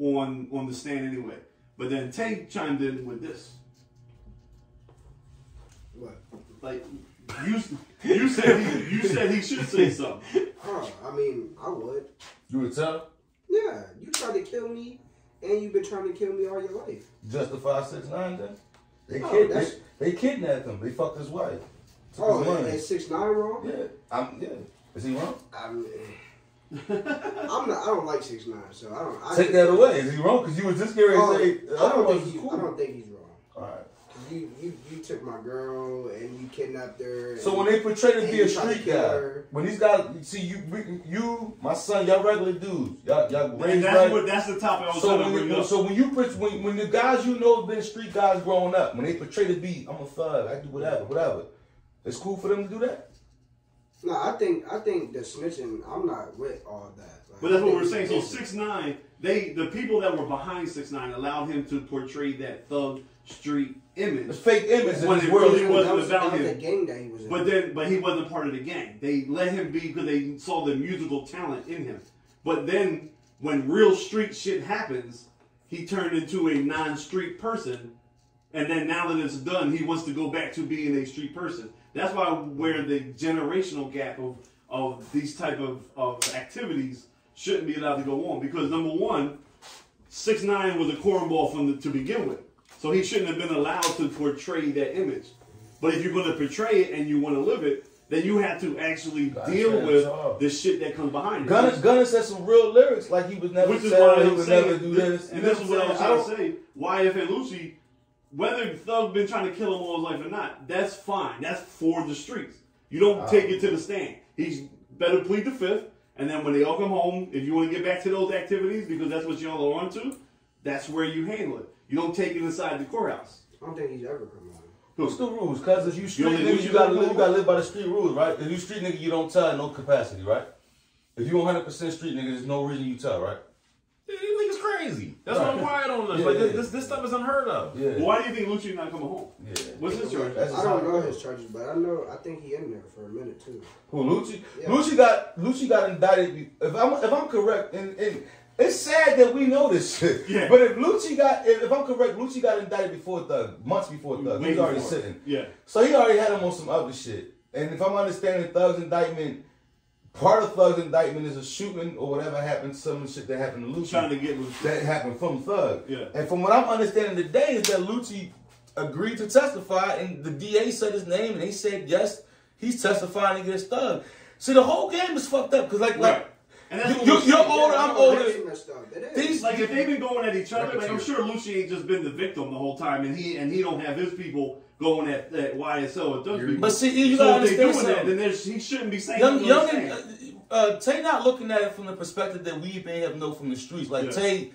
B: on on the stand anyway. But then Tay chimed in with this,
D: What?
B: like you you said he, you said he should say something.
D: Huh, I mean, I would.
C: You would tell
D: Yeah, you tried to kill me, and you've been trying to kill me all your life.
C: Justify six nine then. They,
D: No,
C: kid,
D: that's-
C: they, they kidnapped him. They fucked his wife. Took
D: Oh,
C: his
D: and,
C: money.
D: and six nine wrong?
C: Yeah, I'm, yeah. Is he wrong?
D: I'm, I'm not. I don't like six nine, so I don't. I
C: Take that away. Is he wrong? Because you was just getting
D: Oh,
C: ready to say
D: I don't
C: otherwise
D: think
C: it's
D: he,
C: cool.
D: I don't think he's wrong.
C: All right.
D: Cause you, you, you took my girl and you kidnapped her. and-
C: So when they portray to be a
D: And you try to
C: street
D: kill
C: guy,
D: her.
C: when these guys see you, we- you, my son, y'all regular dudes, y'all, y'all
B: And
C: raised
B: that's
C: right.
B: what that's the topic I was
C: So
B: trying to
C: when,
B: bring
C: you,
B: up.
C: so when you pres- when, when the guys you know have been street guys growing up, when they portray to be I'm a thug, I do whatever, whatever, it's cool for them to do that.
D: no, I think I think the snitching. I'm not with all that. Like,
B: But that's what
D: I
B: we're
D: think-
B: saying. So six nine, they the people that were behind six nine allowed him to portray that thug street
C: It's
B: image.
C: fake image in
B: When
C: this
B: it
C: world.
B: really wasn't
D: that was,
B: about
D: that was
B: him.
D: the gang that he was in.
B: But then, but he wasn't part of the gang. They let him be because they saw the musical talent in him. But then, when real street shit happens, he turned into a non-street person. And then now that it's done, he wants to go back to being a street person. That's why where the generational gap of of these type of, of activities shouldn't be allowed to go on because number one, six nine was a cornball from the, to begin with, so he shouldn't have been allowed to portray that image. But if you're going to portray it and you want to live it, then you have to actually deal
C: that's
B: with
C: hard.
B: the shit that comes behind it.
C: Gunna, Gunna said some real lyrics like he was never
B: Which is
C: tell,
B: why
C: he
B: I'm
C: would
B: saying,
C: never do this.
B: and
C: You know
B: this is what I was
C: I'm saying?
B: trying to say. Why if and Lucy, whether Thug been trying to kill him all his life or not, that's fine. That's for the streets. You don't take it to the stand. He's better plead the fifth, and then when they all come home, if you want to get back to those activities because that's what y'all are on to, that's where you handle it. You don't take it inside the courthouse.
D: I don't think he's ever come on.
C: What's the rules? Cause if you street
B: only
C: nigga,
B: do
C: you
B: you
C: gotta
B: know
C: live,
B: the
C: you gotta live by the street rules, right? If you street nigga, you don't tell in no capacity, right? If you 100 percent street nigga, there's no reason you tell, right?
A: These niggas crazy. That's why I'm quiet on this.
C: Yeah,
A: like
C: yeah.
A: this, this, this stuff is unheard of.
C: Yeah.
B: Why do you think Lucci not coming home?
C: Yeah.
B: What's his charge?
C: That's
D: I
C: how it
D: don't know
C: goes.
D: his charges, but I know I think he in there for a minute too.
C: Who Lucci?
D: Yeah.
C: Lucci got Lucci got indicted. be- If I'm if I'm correct, and, and it's sad that we know this shit.
B: Yeah.
C: But if Lucci got if, if I'm correct, Lucci got indicted before Thug, months before Thug.
B: Way
C: He's already
B: before.
C: sitting.
B: Yeah.
C: So he already had him on some other shit. And if I'm understanding Thug's indictment, part of Thug's indictment is a shooting or whatever happened, some shit that happened to Lucci.
B: Trying to get Lucci.
C: that happened from Thug.
B: Yeah.
C: And from what I'm understanding today is that Lucci agreed to testify, and the DA said his name, and they said yes, he's testifying against Thug. See, the whole game is fucked up because like
B: Right.
C: like
B: And that's what
C: you,
B: we're
C: you're
B: saying.
C: older, I'm older.
D: That's messed up. It is.
C: These
B: Like if they've been going at each other, like I'm
A: Racketeer.
B: sure Lucci ain't just been the victim the whole time, and he and he don't have his people going at, at YSL and those people.
C: But see, you
B: so
C: gotta
B: if they doing
C: understand
B: that, then there's- he shouldn't be saying.
C: Young,
B: he
C: young,
B: doesn't
C: and,
B: understand.
C: uh, uh, Tay not looking at it from the perspective that we may have know from the streets. Like
B: Yeah.
C: Tay,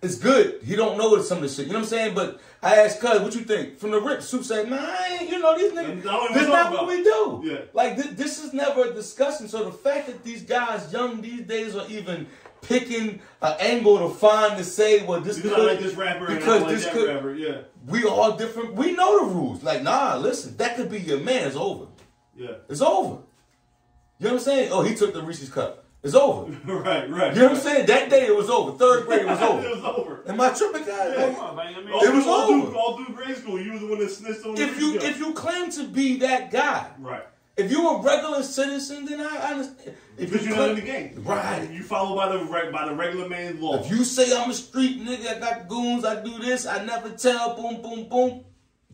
C: it's good. He don't know some of the shit. You know what I'm saying? But I asked Cuz, what you think? From the rip, Soup said, man, I ain't- you know these niggas.
B: That's not what we
C: This is not
B: talk
C: what we do.
B: about. Yeah.
C: Like thi- this is never a discussion. So the fact that these guys, young these days, are even picking an angle to find to say, well, this
B: because I
C: could-
B: like this rapper and I
C: uh, because
B: don't like
C: this
B: that
C: could-
B: rapper. Yeah,
C: We all different. We know the rules. Like, nah, listen, that could be your man. It's over.
B: yeah,
C: It's over. You know what I'm saying? Oh, he took the Reese's cup. It's over.
B: right, right.
C: You know what I'm saying? That day it was over. Third grade it was
B: it
C: over.
B: was over.
C: Am I tripping, guys?
A: Come on, man. I mean,
B: All
C: It was
B: through- all
C: over.
B: Through, all through grade school, you was the one that snitched on.
C: if you if you claim to be that guy,
B: right,
C: if you a regular citizen, then I, I understand. If
B: because you're not in the game,
C: Right.
B: You follow by the reg- by the regular man's law.
C: if you say I'm a street nigga, I got goons, I do this, I never tell, boom, boom, boom.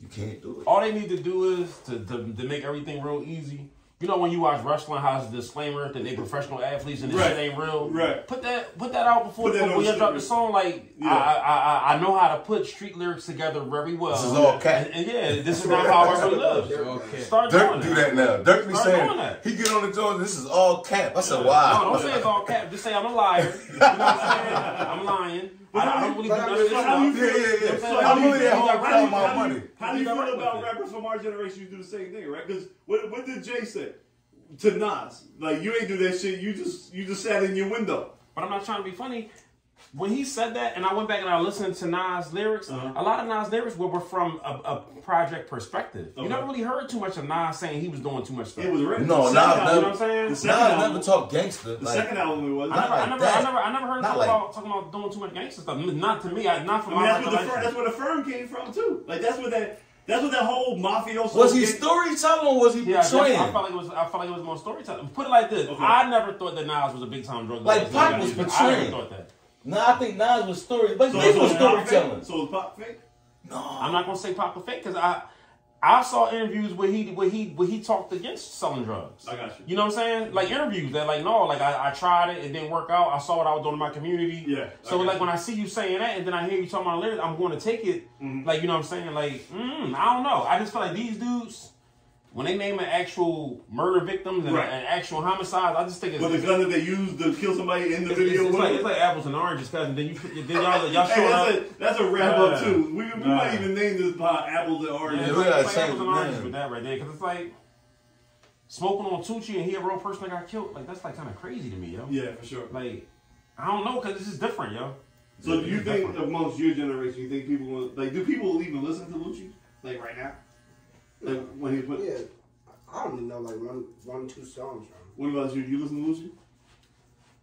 C: You can't do it.
A: all they need to do is to, to, to make everything real easy. You know when you watch wrestling, how's the disclaimer that they professional athletes and this
B: Right.
A: shit ain't real.
B: Right.
A: Put that put that out before
B: Put that
A: before
B: on
A: you drop the
B: street.
A: song. Like
B: Yeah.
A: I, I I I know how to put street lyrics together very well.
C: This is all cat.
A: And, and yeah, this is not how everyone lives. Start doing
C: Dirk do
A: it.
C: that now. Dirk be
A: Start doing
C: saying
A: that.
C: he get on the joint. This is all cap. I said,
A: No,
C: wow.
A: don't say it's all cap. Just say I'm a liar. You know what I'm saying? I'm lying. I, I don't really do
D: But how
A: none of
D: you-
A: this
B: So how you
A: stuff.
B: feel?
C: Yeah, yeah, yeah.
B: so
A: I'm
B: how you
A: really
B: feel-
A: at home
B: how do you-
A: counting my
B: how do you-
C: money.
B: How do
A: Leave
B: you
A: that
B: feel
A: right
B: about
A: with it.
B: rappers from our generation who do the same thing, right? Because what, what did Jay say to Nas? Like you ain't do that shit. You just you just sat in your window.
A: But I'm not trying to be funny. When he said that, and I went back and I listened to Nas lyrics,
B: Uh-huh.
A: a lot of Nas lyrics were, were from a, a project perspective. You never really heard too much of Nas saying he was doing too much stuff.
B: It was written.
C: No,
B: the second
A: you
C: Nas
B: album,
A: know
C: never-
A: what I'm saying?
B: The second
C: Nah,
B: album.
C: never talk gangster.
B: The second album it was.
A: I never, I
C: like
A: never,
C: that.
A: I never, I never heard him
C: Not
A: talk
C: like-
A: about, talking about doing too much gangster stuff. Not to me. I, not from
B: I
A: my
B: mean, that's what the
A: recollection.
B: firm, that's where the firm came from too. Like that's what that that's what that whole mafioso.
C: Was he
B: gang-
C: storytelling or was he
A: Yeah, I, guess-
C: portraying?
A: I felt like it was. I felt like it was more storytelling. Put it like this:
B: Okay.
A: I never thought that Nas was a big time drug.
C: Like
A: dealer.
C: Pac was
A: I
C: portraying.
A: never thought that.
C: Nah, I think Nas was story, but
B: So,
C: this
B: so
C: was
B: is Pop fake?
C: storytelling.
B: So is Pop fake?
C: No,
A: I'm not gonna say Pac was fake because I. I saw interviews where he where he where he talked against selling drugs.
B: I got you.
A: You know what I'm saying? Like interviews that like no, like I, I tried it, it didn't work out. I saw what I was doing in my community.
B: Yeah,
A: So
B: I got
A: like
B: you.
A: when I see you saying that and then I hear you talking about lyrics, I'm going to take it.
B: Mm-hmm.
A: Like you know what I'm saying? Like mm, I don't know. I just feel like these dudes. When they name an actual murder victims and
B: Right.
A: an actual homicide, I just think it's,
B: But the
A: it's,
B: gun that they used to kill somebody in the
A: it's-
B: video,
A: it's like,
B: whatever.
A: it's like apples and oranges, cousin. Then you then y'all y'all
B: Hey,
A: showing up.
B: that's, a, that's a wrap up
A: Nah.
B: too. We, we might
A: Nah.
B: even name this pod apples and
A: Yeah,
B: oranges.
A: it's
C: we
A: like,
C: gotta
A: it's like
C: change
A: apples and
C: the
A: oranges
C: name.
A: with that right there, because it's like smoking on Tucci and he a real person that got killed. Like that's like kind of crazy to me, yo.
B: Yeah, for sure.
A: Like I don't know, cause this is different, yo.
B: So do you
A: It's
B: think
A: different.
B: amongst your generation, you think people will, like do people even listen to Lucci like right now? Like when he put.
D: Yeah, I only know like one, one, two songs from.
B: What about you? Do you listen to Lucci?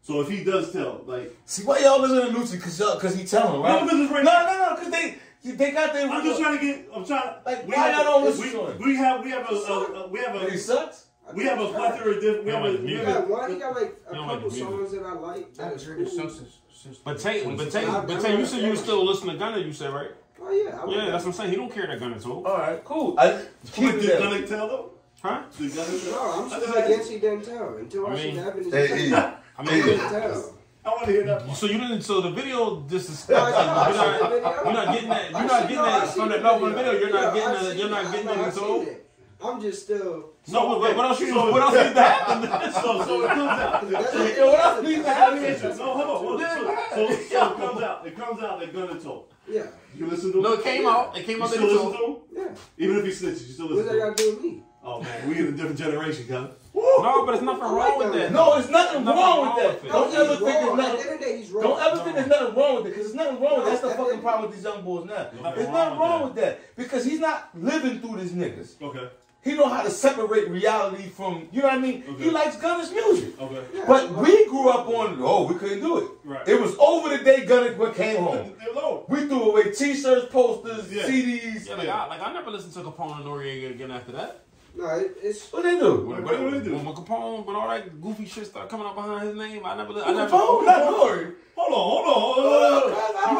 B: So if he does tell, like
C: See why y'all listening to Lucci? Cause y'all, cause he telling right?
B: No, because it's right-
C: no, no, no, cause they they got their.
B: I'm just trying to get. I'm trying.
C: Like,
B: we
C: why
B: have-
C: y'all don't listen
B: we,
C: to him?
B: We have we have a, a, a we have
C: He
B: a
C: sucks.
B: we have a plethora of different. We have a, we
D: He
B: have
D: got
B: a
D: one. He got like a
A: You don't like
D: couple
A: the music.
D: songs that I like.
G: I've
D: That
G: been
D: is
G: drinking
D: cool.
G: some since since.
A: But Tay, but Tay,
D: I-
A: but
D: I
A: Tay, you
D: don't
A: said you were
D: understand.
A: still listening to Gunner. You said right?
D: Oh yeah, I would-
A: Yeah, that's what I'm saying. He don't care that Gunner told,
C: All right, cool. I keep
B: Did
C: it there.
B: Gunnick tell though?
A: huh?
B: Did Gunnick
D: No,
B: tell?
D: I'm still against he didn't tell until I,
A: I
D: see
A: mean-
D: the evidence.
G: Hey, E.
D: he
A: I mean,
D: didn't tell.
B: I want to hear that.
A: so you didn't. So the video, this is.
D: No, I- I-
A: you're
D: I seen
A: not-
D: the video.
A: you're not getting that. You're
D: I
A: not
D: seen-
A: getting
D: no, I
A: that
D: seen
A: from the no from the
D: video.
A: video. You're not
D: Yeah,
A: getting
D: I
A: that.
D: seen
A: You're
D: it.
A: not
D: I
A: getting
D: know, I
A: that
D: seen
A: told.
D: it. I'm just still.
A: So what? What else? You,
B: So-
A: what else needs to happen?
B: So so it comes out.
D: That's the
C: Yo, what else
D: thing,
C: needs to
D: that's
C: happen?
D: the thing.
B: No, hold on. So, so, so it comes out. It comes out that Gunna told.
D: Yeah,
B: You listen to him?
A: No, it came out. It came
B: You
A: out.
B: still
A: They
B: listen
A: told.
B: to him?
D: yeah.
B: Even if he snitches, you still
D: What
B: listen
D: that
B: to him.
D: got to do with me?
B: Oh man, we in a different generation, Gunna.
A: No, but it's nothing
D: I
A: wrong
D: like
A: with that.
D: that.
C: No, there's nothing
A: Nothing
C: wrong
A: wrong
C: with
A: with
C: that.
A: it.
C: Don't
D: He's
C: ever think there's
D: wrong. At the end
C: nothing.
D: of the day, he's wrong.
C: Don't ever think there's nothing wrong with it, because there's nothing wrong with it. That's the
D: Nothing.
C: fucking problem with these young boys now.
A: wrong
C: There's nothing
A: with
C: wrong
A: that.
C: with that. Because he's not living through these niggas.
B: Okay.
C: He know how to separate reality from, you know what I mean? He
B: Okay.
C: likes Gunner's music.
B: Okay.
D: Yeah,
C: But
D: well,
C: we grew up on, oh, we couldn't do it.
B: Right.
C: It was over the day Gunner came home.
B: They're low.
C: We threw away t-shirts, posters,
B: Yeah.
C: CDs.
A: Yeah, like I, like I never listened to Capone and Noriega again after that.
D: No, it, it's
C: What they do?
B: What- what do they do?
A: When, when Capone, when all that goofy shit started coming out behind his name, I never, li- I never.
C: Capone, not Nori.
B: Hold on, hold on, hold on.
C: Hold on, I
B: You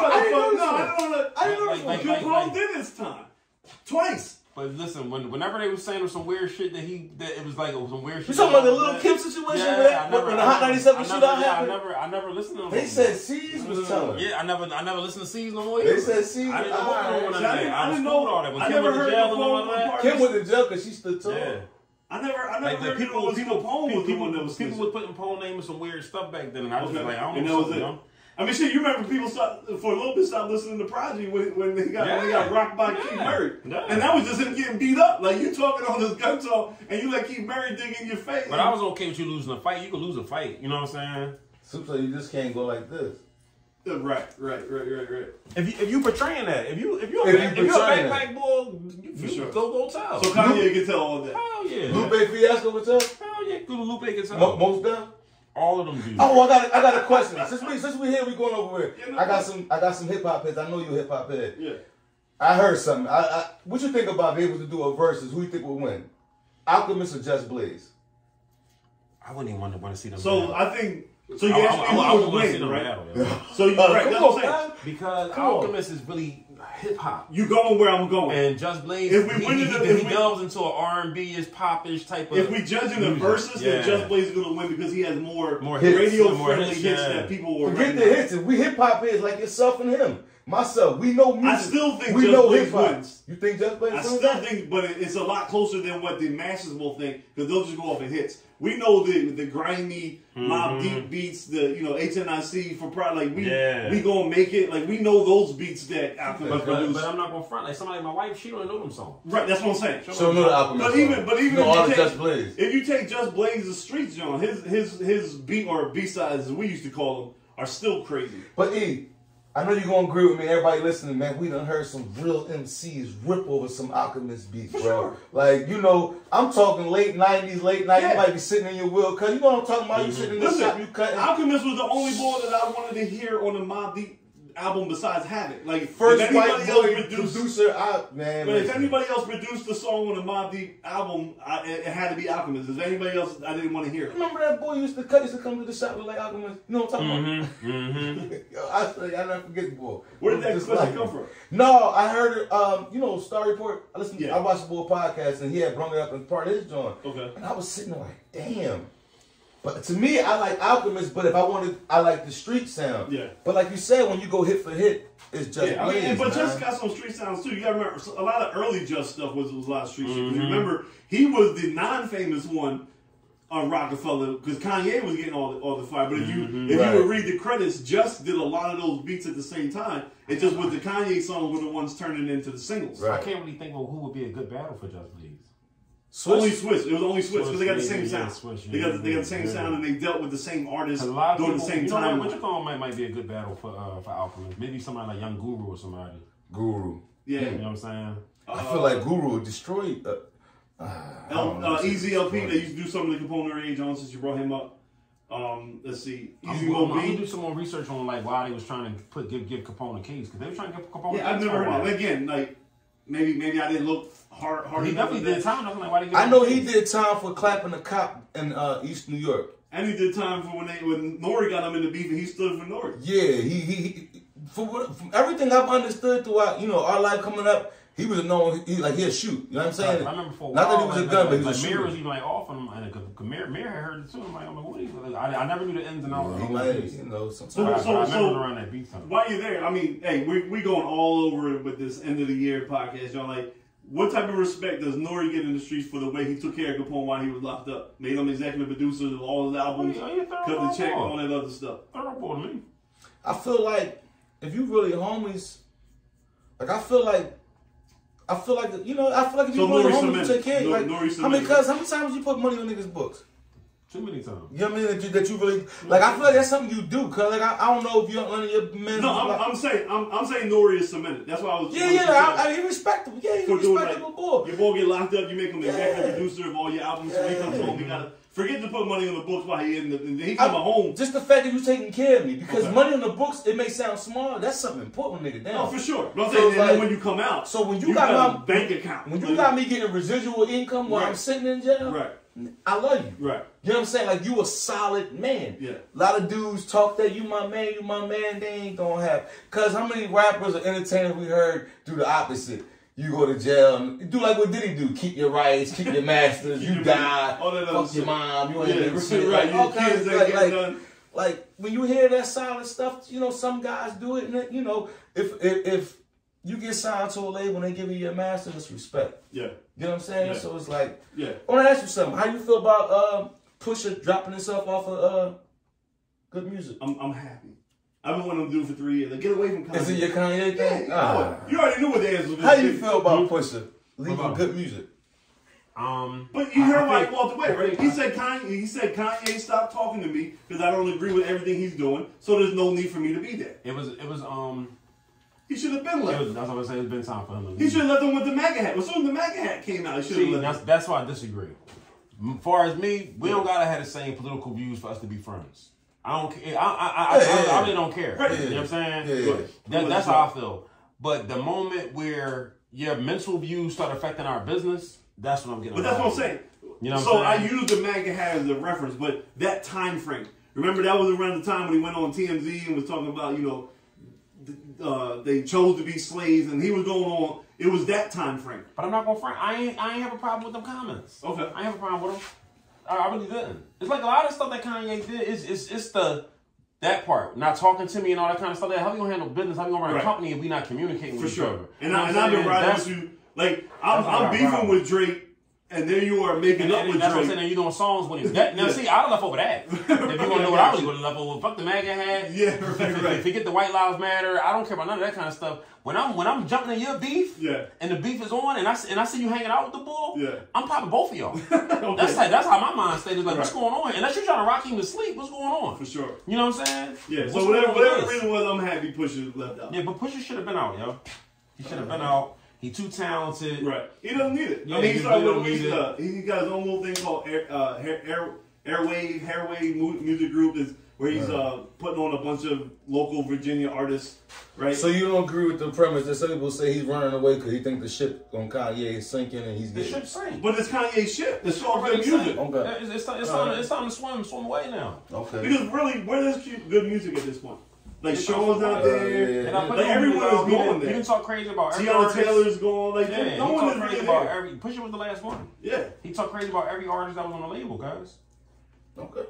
C: don't-
B: got
C: I
B: the fuck- No, I don't
A: Like,
B: want
A: like,
B: to.
A: like,
B: Capone
A: like,
B: did this time twice.
A: but listen, when, whenever they were saying some weird shit that he, that it was like it was some weird shit.
C: You talking about the
A: that-
C: little Kim situation
A: Yeah,
C: with that,
A: I never-
C: when the
A: I
C: Hot
A: never-
C: 97
A: I never-
C: shootout
A: yeah,
C: happened?
A: I never, I never listened to them.
C: They said C's was telling.
A: Yeah, I never, I never listened to C's no more.
C: They
A: either.
C: said C's.
A: I didn't know
C: All
A: what
C: right.
A: was
B: See,
A: going on. in there. I was cool with all that. When
B: I
A: Kim
B: never
A: was in
B: heard
A: jail and all
B: Capone
A: that.
B: part.
C: Kim was in jail because she stood tall.
A: Yeah.
B: I never, I never
A: Like the
B: heard
A: people,
B: people,
A: people,
B: Capone was
A: people,
B: the one that
A: people,
B: was
A: people
B: snitching.
A: were putting Pole name and some weird stuff back then, and I was just like, I don't
B: and that
A: know.
B: was
A: something,
B: it.
A: yo.
B: I mean, shit. You remember people stopped, for a little bit stopped listening to Prodigy when, when they got when they
A: Yeah.
B: got rocked by
A: Yeah.
B: Keith Murray,
A: Yeah.
B: and that was just him getting beat up. Like you talking on this gun talk, and you let Keith Murray dig in your face.
A: But I was okay with you losing a fight. You could lose a fight. You know what I'm saying?
C: So, so you just can't go like this.
B: Yeah, right, right, right, right, right.
A: If you if you portraying that, if you if you
C: If
A: a back,
C: you
A: if you a
C: portraying
A: backpack boy, you,
B: For
A: you
B: sure.
A: go go tell.
B: So Kanye can tell all that.
A: hell yeah,
C: Lupe Fiasco was up.
A: hell yeah, good Lupe can tell.
C: Mo- Most down.
A: All of them do.
C: Oh, I got a, I got a question. Since we since we here, we going over here.
B: Yeah, no,
C: I got
B: no.
C: some I got some hip hop heads. I know you hip hop head.
B: Yeah.
C: I heard something. I, I what you think about being able to do a versus? Who you think would win? Alchemist or Just Blaze?
A: I wouldn't even want to want to see them.
B: So
A: battle.
B: I think. So
A: I,
B: you
A: I,
B: asked me
A: I, I,
B: who
A: would
B: would
A: want to see
B: win,
A: them
B: right?
A: battle yo.
B: So you,
C: Uh,
B: right,
C: come
B: that's what
C: on,
B: I'm saying.
C: man.
A: because
C: Come on.
A: Alchemist is really hip hop.
B: You going where I'm going.
A: And Just Blaze,
B: If we
A: he,
B: win
A: he,
B: it,
A: he,
B: if
A: he
B: we-
A: delves into an R and B is popish type of.
B: if we judging the
A: music.
B: verses,
A: Yeah.
B: then Just Blaze is gonna win because he has more,
A: More hits.
B: radio
A: More
B: friendly
A: hits,
B: hits,
A: yeah.
B: that people were.
C: Forget the
B: recognizing.
C: hits. We hip hop heads like yourself and him. Myself. We know music.
B: still think
C: we
B: Just
C: know
B: Blaze
C: hip hop.
B: wins.
C: You think Just Blaze
B: I
C: wins?
B: still think, but it- it's a lot closer than what the masses will think because they'll just go off and hits. We know the the grimy mob deep beats, the you know HNIC for probably like we
A: Yeah.
B: we gonna make it. Like we know those beats that Alchemist
A: but, but,
B: produced.
A: but I'm not gonna front like somebody. My wife, she don't know them songs.
B: right, that's what I'm saying.
C: So no, the Alchemist.
B: But even- but even
C: no,
B: if you
C: all the
B: take-
C: Just Blaze.
B: If you take just Blaze's streets, John, his his his beat or B sides as we used to call them are still crazy.
C: But E, I know you're gonna agree with me. Everybody listening, man, we done heard some real MCs rip over some Alchemist beats, bro.
B: sure.
C: Like you know, I'm talking late '90s, late night.
B: Yeah.
C: You might be sitting in your wheel, cause you know what I'm talking about. You sitting in the shop,
B: Listen,
C: you cutting.
B: Alchemist was the only boy that I wanted to hear on the Mob Deep album besides Havoc. Like
C: First
B: if
C: white
B: anybody
C: boy
B: else produced,
C: producer, I man.
B: but if
C: listen.
B: anybody else produced the song on a Mob Deep album, I, it, it had to be Alchemist. If anybody else, I didn't want to hear it.
C: Remember that boy used to cut used to come to the shop with like Aquaman. You know what I'm talking about? Yo, I say I never forget the boy.
B: Where
C: It
B: did that
C: was just
B: question
C: like-
B: come from?
C: No, I heard it. Um, you know, Star Report. I listened.
B: Yeah.
C: I watched the boy podcast, and he had brought it up in part of his joint.
B: Okay.
C: And I was sitting there like, damn. But to me, I like Alchemist. But if I wanted, I like the street sound.
B: Yeah.
C: But like you said, when you go hit for hit, it's just
B: Yeah, I mean,
C: Blaze,
B: but
C: man.
B: Just got some street sounds too. You gotta remember so a lot of early Just stuff was, was a lot of street shit. 'Cause Remember, he was the non-famous one on Rockefeller because Kanye was getting all the, all the fire. But if you if
C: Right.
B: you would read the credits, Just did a lot of those beats at the same time. It just was the Kanye songs were the ones turning into the singles.
C: Right.
A: I can't really think of who would be a good battle for Just Blaze.
B: Only Swiss. It was only Swiss because they got the same
A: Swiss, yeah,
B: sound.
A: Swiss,
B: they got the, they got the same
A: yeah.
B: sound and they dealt with the same artists
A: A lot of
B: during
A: people,
B: the same
A: you know
B: time.
A: What, what you call might might be a good battle for uh, for Alchemist. Maybe somebody like Young Guru or somebody.
C: Guru.
B: yeah.
A: You know what I'm saying?
C: I
B: Uh,
C: feel like Guru destroyed. Uh,
B: L, uh, Easy LP, they used to do something to Capone Ray Jones since you brought him up. Um, let's see, Easy
A: I'm, I'm,
B: Mo
A: I'm gonna do
B: B.
A: some more research on like why they was trying to put give give Capone a case because they were trying to give Capone.
B: Yeah,
A: a
B: I've
A: case
B: never
A: for a
B: heard of
A: while.
B: it. Again, like maybe maybe I didn't look hard hard
A: He
B: enough.
A: definitely
B: at
A: did
B: that.
A: time. I'm like, why they give
C: I
A: him
C: know
A: a
C: he
A: case?
C: did time for clapping a cop in uh, East New York.
B: And he did time for when they when Nori got him in the beef and he stood for Nori.
C: Yeah, he, he, he for what, from everything I've understood throughout, you know, our life coming up, he was known, he like he'll shoot. You know what I'm
A: I
C: saying?
A: remember for a
C: Not
A: while,
C: that he was
A: like,
C: a gun,
A: like,
C: but he was
A: like,
C: a
A: Mir
C: shooter.
A: was even like off on him, and uh, Mir, Mir had heard it too. I'm like, I'm like, what are you? Like, I, I never knew the ins and outs. of
C: he
A: all
C: might,
A: this.
C: you know,
A: But I,
C: sometimes.
A: but
B: So-
A: I remember
B: so-
A: around that beat time.
B: While you're there, I mean, hey, we we going all over it with this end of the year podcast, y'all. Like, what type of respect does Nori get in the streets for the way he took care of Capone while he was locked up? Made him executive producer of all his albums,
A: Oh, yeah, yeah,
B: cut the check,
A: thorough.
B: all that other stuff.
A: Terrible to me.
C: I feel like if you really homies, like I feel like. I feel like the, you know. I feel like if you
B: So
C: really homies,
B: Nori
C: you
B: cemented.
C: take care. of you.
B: Nor-
C: Like,
B: Nori
C: I mean,
B: cemented.
C: cause how many times you put money on niggas' books?
A: Too many times.
C: You know what I mean? That you, that you really like. I feel like that's something you do. Cause like I, I don't know if you're under your men.
B: No,
C: like-
B: I'm, I'm saying I'm, I'm saying Nori is cemented. That's why I was.
C: yeah, yeah. I, I, he respectable. Yeah, he
B: For doing
C: respectable
B: like-
C: boy.
B: Your boy get locked up. You make him executive
C: Yeah.
B: producer of all your albums. So he comes home. He gotta forget to put money on the books while he in the. and He
C: I-
B: come home.
C: Just the fact that you taking care of me, because
B: Okay.
C: money on the books, it may sound small. That's something important, nigga. Down.
B: Oh, for sure. But I'm
C: So
B: saying,
C: it's
B: and then
C: like-
B: when you come out,
C: So when you got
B: a
C: my-
B: bank account,
C: When you
B: Like,
C: got me getting residual income while I'm
B: Right.
C: sitting in jail,
B: right,
C: I love you.
B: right.
C: You know what I'm saying? Like you a solid man.
B: Yeah.
C: A lot of dudes talk that you my man, you my man. They ain't gonna have. Cause how many rappers or entertainers we heard do the opposite? You go to jail. And do like what did he do? Keep your rights, keep your masters. you
B: your-
C: die.
B: all that other
C: fuck your
B: shit.
C: mom. You ain't
B: Yeah,
C: getting shit.
B: right.
C: Like,
B: Your
C: all kinds
B: kids
C: of
B: ain't
C: like,
B: getting
C: like,
B: none.
C: like when you hear that solid stuff, you know some guys do it. And it- you know if if, if you get signed to a label and they give you your master, it's respect.
B: Yeah,
C: You know what I'm saying?
B: Yeah.
C: So it's like.
B: yeah.
C: I want to ask you something. How you feel about um, Pusha dropping himself off of uh, good music?
B: I'm, I'm happy. I've been wanting to do it for three years. Like, get away from Kanye.
C: Is it your Kanye
B: Yeah,
C: thing?
B: you, know
C: Ah.
B: it. You already knew what the answer was.
C: How you feel about Pusha
A: About-
C: leaving good music?
A: Um,
B: But you
A: I- I
B: heard why he
A: think-
B: walked away,
A: I
B: right?
A: think-
B: He said Kanye. He said Kanye, stop talking to me because I don't agree with everything he's doing. So there's no need for me to be there.
A: It was it was um
B: He should have been
A: it
B: left.
A: was, that's what I was saying. It's been time for him to
B: He
A: leave.
B: should have left him with the MAGA hat. As soon as the MAGA hat came out, he should
A: See,
B: have
A: that's
B: left. him.
A: that's why I disagree. M- Far as me, we don't gotta have the same political views for us to be friends. I don't care. I I, I, I, I really don't care.
B: Right.
A: You know what I'm saying?
C: Yeah, yeah.
A: That, that's how I feel. But the moment where your mental views start affecting our business, that's what I'm getting.
B: But that's what I'm
A: about.
B: saying.
A: You know what
B: so
A: I'm saying?
B: I used the MAGA hat as a reference, but that time frame. Remember that was around the time when he went on TMZ and was talking about you know th- uh, they chose to be slaves, and he was going on. It was that time frame.
A: But I'm not gonna front. I ain't. I ain't have a problem with them comments.
B: Okay.
A: I ain't have a problem with them. I, I really didn't. It's like a lot of stuff that Kanye did. It's it's it's the that part, not talking to me and all that kind of stuff. Like, how we gonna handle business? How we gonna run
B: Right.
A: a company if we not communicating
B: for
A: with each
B: sure.
A: other?
B: And,
A: You know
B: I,
A: what
B: and
A: I'm
B: I've been
A: saying?
B: riding
A: That's-
B: with you. Like I'm,
A: that's what
B: I'm
A: I
B: beefing
A: ride
B: with Drake, and there you are making
A: And,
B: up with
A: that's what I'm
B: Drake.
A: saying. and You doing songs with him. That, now,
B: Yeah.
A: see, I left over that. If you want to know what I really would have left over, fuck the MAGA hat.
B: Yeah, right, right.
A: Forget the White Lives Matter. I don't care about none of that kind of stuff. When I'm when I'm jumping in your beef,
B: Yeah.
A: and the beef is on, and I s- and I see you hanging out with the bull,
B: Yeah.
A: I'm popping both of y'all.
B: Okay.
A: That's like that's how my mind state is. Like, what's
B: Right.
A: going on? Unless you're trying to rock him to sleep, what's going on?
B: for sure.
A: You know what I'm saying?
B: Yeah.
A: What's
B: So whatever
A: going on with
B: whatever
A: this?
B: reason was, I'm happy Pusha left out.
A: Yeah, but Pusha should have been out, yo. He should have been out. He too talented.
B: Right. He doesn't need it.
A: Yeah,
B: I mean,
A: he
B: he started
A: really
B: with
A: don't
B: he's,
A: need it.
B: uh, he got his own little thing called air, uh, hair, air, Airwave, Hairwave mu- Music Group is where he's uh, putting on a bunch of local Virginia artists, right?
C: So you don't agree with the premise that some people say he's running away because he think the ship on Kanye is sinking and he's
A: The
C: getting.
A: ship sank.
B: but it's Kanye shit. It's all
A: Already
B: good music.
A: sank.
C: Okay.
A: It's, it's, it's,
B: Uh,
A: time, it's time to swim, swim away now.
C: Okay.
B: Because really, where is cu- good music at this point? Like
A: It's
B: Sean's
A: all-
B: not
C: yeah, yeah.
B: there.
A: And I put
B: Like,
A: it on
B: everyone
A: Google,
B: is
A: he
B: going
A: didn't-
B: there.
A: He didn't talk crazy about every
B: Tiana
A: artist.
B: Taylor's gone. Like
A: Yeah,
B: no
A: he
B: one
A: talked
B: is
A: crazy
B: really
A: about
B: there.
A: every. Pusha was the last one.
B: yeah.
A: He talked crazy about every artist that was on the label, guys.
C: Okay.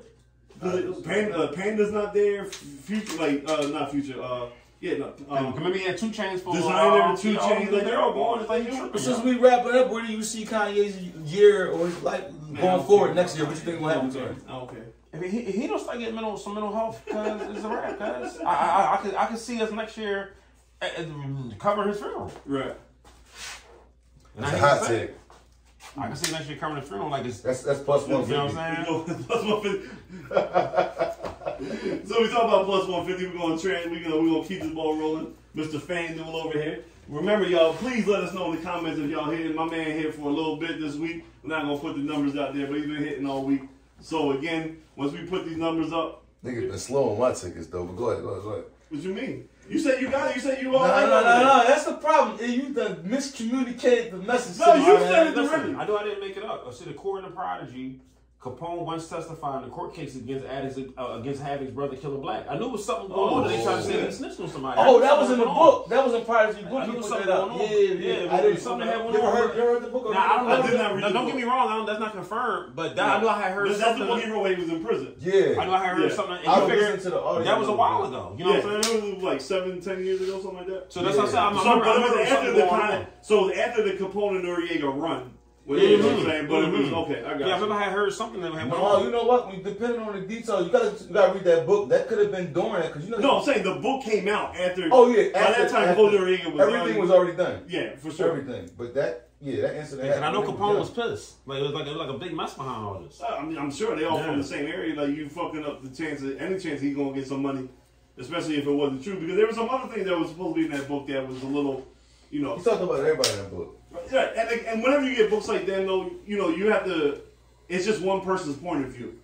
B: The- Panda, uh, Panda's not there. F- Future, like uh, not future. Uh, yeah, no.
A: Um,
B: Um,
A: remember he had two chains for
B: Designer,
A: uh,
B: Two
A: you know,
B: Chainz, like, they're all gone. It's like,
A: He
B: you-
A: tripping,
C: Since
A: yo.
C: we wrapping up, where do you see Kanye's year or his life going forward next year? What you think will
B: I
C: happen
B: don't
C: to
B: care.
C: him?
B: I don't care.
A: If he, if he don't start getting mental some mental health, cause it's a wrap, cause I I, I could I could see us next year uh, uh, cover his funeral.
B: Right.
A: And
G: That's
A: I
G: a
A: hate to
G: hot
A: say
G: take.
A: it. I can see next year covering his funeral like it's
C: That's that's plus one.
A: you know what I'm saying.
B: You know, plus 150. so we talk about plus 150. We're going to trend. We're going to keep this ball rolling. Mr. FanDuel over here. Remember, y'all, please let us know in the comments if y'all hitting my man here for a little bit this week. We're not going to put the numbers out there, but he's been hitting all week. So, again, once we put these numbers up,
G: Niggas been slow on my tickets though, but go ahead, go ahead, go ahead.
B: what you mean? You said you got it. You said you all
C: No,
B: right
C: no, no,
B: over there.
C: no. That's the problem. Eh, You done miscommunicated the message.
B: No, you
C: somebody.
B: said it
A: Listen,
B: directly.
A: I know I didn't make it up. I see the court and the prodigy. Capone once testified in the court case against Addis uh, against Havoc's brother Killer Black. I knew it was something going on. They tried to say he snitched on somebody. I
C: Oh,
A: knew
C: that was
A: something
C: in the
A: going on.
C: book. That was in Prodigy
A: I knew
C: book. You put
A: something
C: that up.
A: going
C: Yeah,
A: on.
C: yeah.
A: Yeah,
C: I didn't.
A: something had
C: you
A: went
C: ever
A: on.
C: heard? You ever heard the
A: Now,
C: book?
A: I don't know.
B: I did not read
A: no,
B: the
A: don't
B: book.
A: get me wrong. I don't, that's not confirmed. But that, I knew I had heard
B: That's that's the
A: something.
B: one he wrote when he was in prison.
C: Yeah.
A: I knew I had heard
B: Yeah.
A: something. And
C: I
A: you
C: was
A: figure-
C: listening to the audio.
A: that was a while ago. You know
B: Yeah,
A: what I'm saying?
B: it was like seven, ten years ago, something like that.
A: So that's what I'm saying. I'm,
B: So,
A: I'm,
B: but it was after the
A: going
B: time.
A: on.
B: So it was after the Capone Noriega run. Well, You know what I'm saying? But it was okay. I got
A: Yeah, I
B: you.
A: remember I had heard something that had went
C: No, you
A: on.
C: know what? We depending on the details. You gotta you gotta read that book. That could have been during that because you know.
B: No, I'm saying the book came out after.
C: Oh yeah.
B: By
C: after-
B: that time,
C: after-
B: Capone Noriega was
C: everything
B: done.
C: was already done.
B: Yeah, for sure.
C: Everything, but that yeah, that incident.
A: And I know
C: happened.
A: Capone was pissed. Like it was like it was like a big mess behind all this.
B: Uh, I mean, I'm sure they all from
A: Yeah.
B: the same area. Like you fucking up the chance, of, any chance he gonna get some money, especially if it wasn't true. Because there was some other thing that was supposed to be in that book that was a little, you know,
C: He's talking about everybody in that book.
B: Yeah, and, and whenever you get books like that, though, you know, you have to. It's just one person's point of view.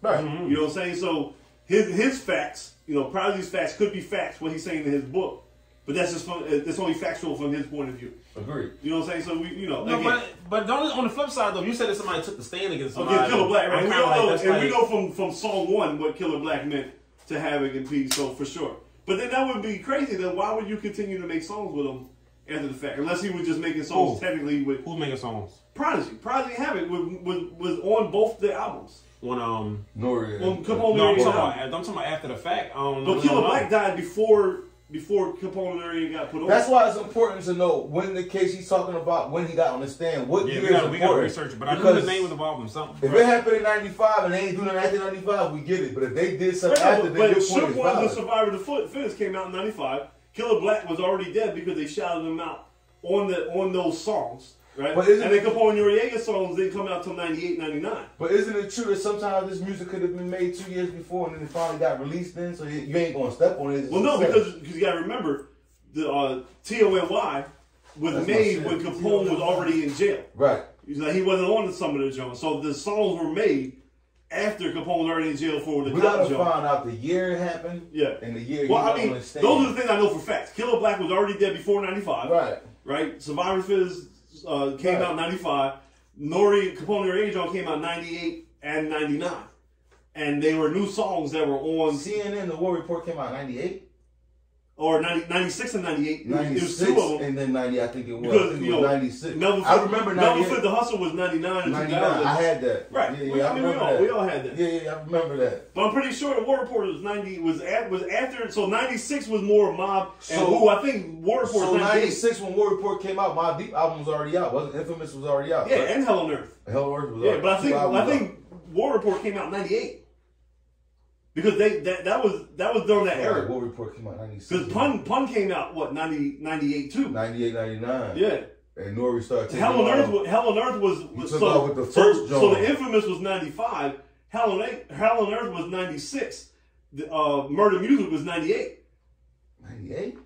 C: Right.
B: You know what I'm saying? So his his facts, you know, Prodigy's facts could be facts what he's saying in his book, but that's just from, it's only factual from his point of view.
C: Agreed.
B: You know what I'm saying? So we, you know,
A: No,
B: again,
A: but but don't, on the flip side though, you said that somebody took the stand against somebody.
B: again, Killer Black, right?
A: I'm
B: We
A: kinda
B: all
A: like,
B: know,
A: that's
B: and
A: like-
B: we know from from song one what Killer Black meant to Havoc and Peace. So for sure, but then that would be crazy. Then why would you continue to make songs with him after the fact? Unless he was just making songs
A: Who?
B: technically with
A: who's making songs
B: Prodigy. Prodigy and Havoc was, was, was on both the albums.
A: on um.
C: Nori.
B: Well, Capone
A: No, I'm
B: Noriega
A: talking,
B: died.
A: about, I'm talking about after the fact. Um,
B: But Killer Black died before before Capone Noriega got put on.
C: That's why it's important to know when the case he's talking about, when he got on the stand, what
A: Yeah,
C: year
A: we
C: is
A: got we got
C: important.
A: research, it, but I knew
C: Because
A: the name of the album. Something.
C: If it happened in '95 and they ain't doing it after '95, we get it. But if they did
B: But,
C: something
B: yeah,
C: after,
B: but,
C: then
B: but
C: your point
B: Shook
C: is
B: was the
C: valid.
B: Survivor of the Foot. Finish came out in '95. Killer Black was already dead because they shouted him out on the on those songs, right?
C: But isn't
B: and then
C: it-
B: Capone Noriega songs didn't come out till '98, '99.
C: But isn't it true that sometimes this music could have been made two years before and then it finally got released then? So you you ain't gonna step on it. It's
B: Well, no,
C: just-
B: because because you got to remember the uh, TONY was
C: That's my
B: made
C: shit.
B: when Capone was already in jail.
C: right.
B: He's like, he wasn't on some of the joints, so the songs were made after Capone was already in jail for the
C: We
B: cop
C: gotta
B: joint.
C: find out the year it happened.
B: Yeah.
C: And the year.
B: Well,
C: he
B: I
C: got
B: mean,
C: on the
B: those
C: stand.
B: are the things I know for facts. Killer Black was already dead before '95,
C: Right.
B: Right. Survivor Fizz uh, came
C: Right.
B: out '95. Nori Capone and Angel came out '98 and '99, and they were new songs that were on
C: CNN, the War Report came out in '98,
B: or '96 and '98. It was
C: '96,
B: two of them.
C: and then '90. I think it was. I
B: Because,
C: think
B: you
C: it was
B: know,
C: '96.
B: Melvin
C: I
B: Flip-
C: remember
B: Melvin
C: '98.
B: Flip the Hustle was '99 and
C: 99.
B: 2000.
C: I had that.
B: Right.
C: Yeah,
B: We-
C: yeah,
B: I
C: I
B: mean, we
C: remember
B: all-
C: that.
B: we all had that.
C: Yeah, yeah, I remember that.
B: But I'm pretty sure the War Report was ninety was at, was after so '96 was more mob and
C: So-
B: who I think War Report
C: So
B: was '96
C: 96 when War Report came out, my deep album was already out. Wasn't Infamous was already out.
B: yeah and Hell on Earth
C: Hell on Earth was
B: yeah
C: already
B: but I think
C: two albums
B: I think War Report came out '98 because they that that was that was during that
C: out.
B: era
C: Yeah, War Report came out 96.
B: Because Pun Pun came out what 90, 98 too.
C: 98, 99.
B: Yeah.
C: And Nori started taking
B: Hell on
C: off.
B: Earth. wa- Hell on Earth was, was
C: took
B: so,
C: off with the
B: so-
C: first
B: so,
C: joint.
B: the infamous was ninety five. Hell on Earth- Hell on Earth was ninety six. The uh, Murder Music was ninety eight.
C: 98?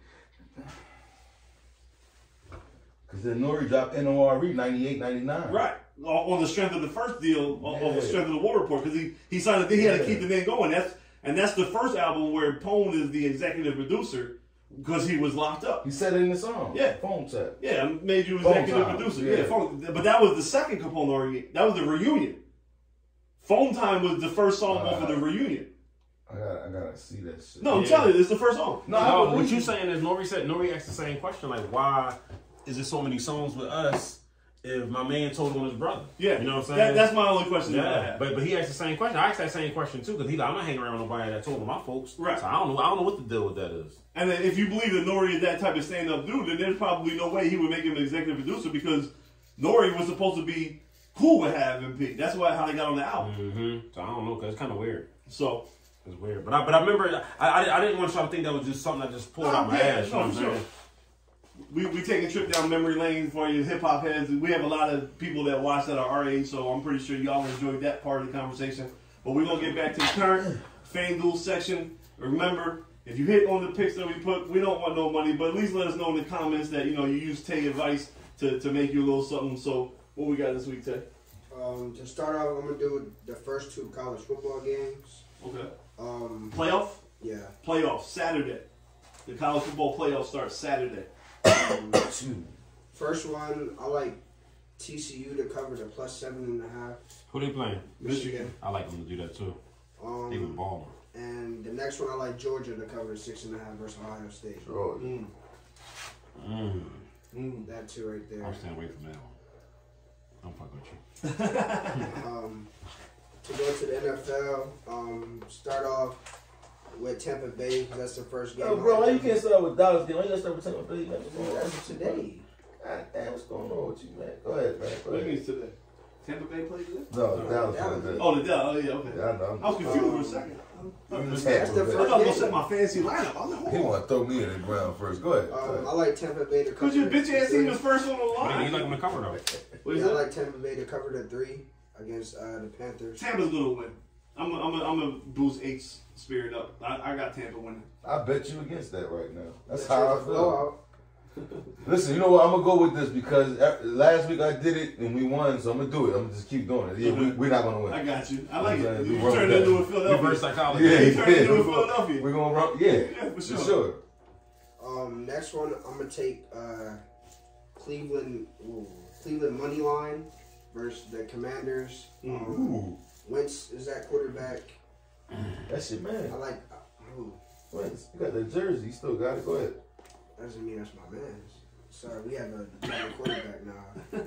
C: Because then Nori dropped NORE 98, 99.
B: Right. on on the strength of the first deal, on, on the strength of the War Report, because he, he signed a deal, he had to keep the thing going. That's and that's the first album where Pone is the executive producer because he was locked up.
C: You said it in the song.
B: Yeah.
C: Phone tap.
B: Yeah, made you executive
C: Time,
B: producer.
C: yeah.
B: Yeah, phone, but that was the second Capone reunion. That was the reunion. Phone time was the first song off
A: Uh,
B: of the reunion.
G: I gotta, I gotta see that shit.
B: No, I'm telling you, it's the first song.
C: No,
A: No,
C: I
A: what
C: believe
A: you saying is Nori said Nori asked the same question, like why is there so many songs with us if my man told on his brother?
B: Yeah,
A: You know what I'm saying?
B: That, that's my only question that I
A: yeah,
B: have.
A: but but he asked the same question. I asked that same question too because he like I'm not hanging around with nobody that told on my folks.
B: Right.
A: So I don't know. I don't know what the deal with that is.
B: And then if you believe that Nori is that type of stand up dude, then there's probably no way he would make him executive producer because Nori was supposed to be cool with having P. That's why how they got on the album.
A: Mm-hmm. So I don't know. Cause it's kind of weird.
B: So
A: It's weird. But I but I remember I I, I didn't want y'all to think that was just something I just pulled out my
B: Yeah,
A: ass. You know
B: no,
A: what I'm
B: sure.
A: saying?
B: we, we take a trip down memory lane for you hip hop heads. We have a lot of people that watch that are our age, so I'm pretty sure y'all enjoyed that part of the conversation. But we're gonna get back to the current FanDuel section. Remember, if you hit on the picks that we put, we don't want no money, but at least let us know in the comments that you know you use Tay advice to, to make you a little something. So what we got this week, Tay?
D: Um, to start off, I'm gonna do the first two college football games.
B: Okay.
D: Um,
B: Playoff?
D: yeah.
B: Playoff, Saturday. The college football playoff starts Saturday.
D: um, First one, I like TCU to cover the plus seven and a half.
A: Who they playing?
D: Michigan.
A: I like them to do that too. They been
D: Um,
A: balling.
D: and the next one, I like Georgia to cover the six and a half versus Ohio State.
G: Bro,
A: Mm.
D: That two right there.
A: I'm staying away from that one. I'm fucking with you.
D: Um, to go to the NFL, um, start off with Tampa Bay. 'cause That's the first game.
C: Yo, Oh, bro, why you can't start with Dallas game? Why you gotta start with Tampa Bay, man?
D: That's today.
C: God damn, what's going on with you, man?
G: go ahead, man. Go
B: What do you
G: ahead.
B: mean today? Tampa Bay played today?
G: No, that was
D: That
G: what
D: was-
G: it is.
B: Oh, the Dell. Oh, yeah, okay.
G: Yeah, I know.
B: I was confused for a second.
D: That's the
G: I
B: I thought I was going to
D: first
B: set
D: game.
B: my fancy lineup. I was like,
G: He
B: hold on.
G: want to throw me in the ground first. Go ahead. Go
D: Um, I
G: ahead.
D: like Tampa Bay to cover.
B: Because your
D: the
B: bitch ass team
D: three.
B: was first on the
A: But
B: line.
A: you like them to cover though.
B: What is
D: Yeah, I
B: that?
D: like Tampa Bay to cover the three against uh, the Panthers.
B: Tampa's going to win. I'm going I'm to I'm gonna boost eight's spirit up. I, I got Tampa winning.
G: I bet you against that right now. That's
D: That
G: how I
D: was a
G: feel.
D: blowout.
G: Listen, you know what? I'm gonna go with this because af- last week I did it and we won, so I'm gonna do it. I'm gonna just keep doing it. Yeah, we, we're not gonna win.
B: I got you. I like
G: Yeah,
B: it.
G: we
B: You
G: run
B: turned
G: that.
B: into a
A: Reverse
B: Philadelphia.
A: psychology.
G: Yeah,
B: You turned
G: yeah.
B: into a
G: We're
B: Philadelphia.
G: gonna run. Yeah,
B: Yeah, for sure.
D: Um, next one, I'm gonna take uh, Cleveland. ooh, Cleveland money line versus the Commanders. Um,
G: Ooh,
D: Wentz is that quarterback.
G: that's your
D: I
G: man.
D: like. Ooh,
G: Wentz, you got the jersey. You still got it. Go ahead.
D: that doesn't mean that's my man's. Sorry, we have a better quarterback now.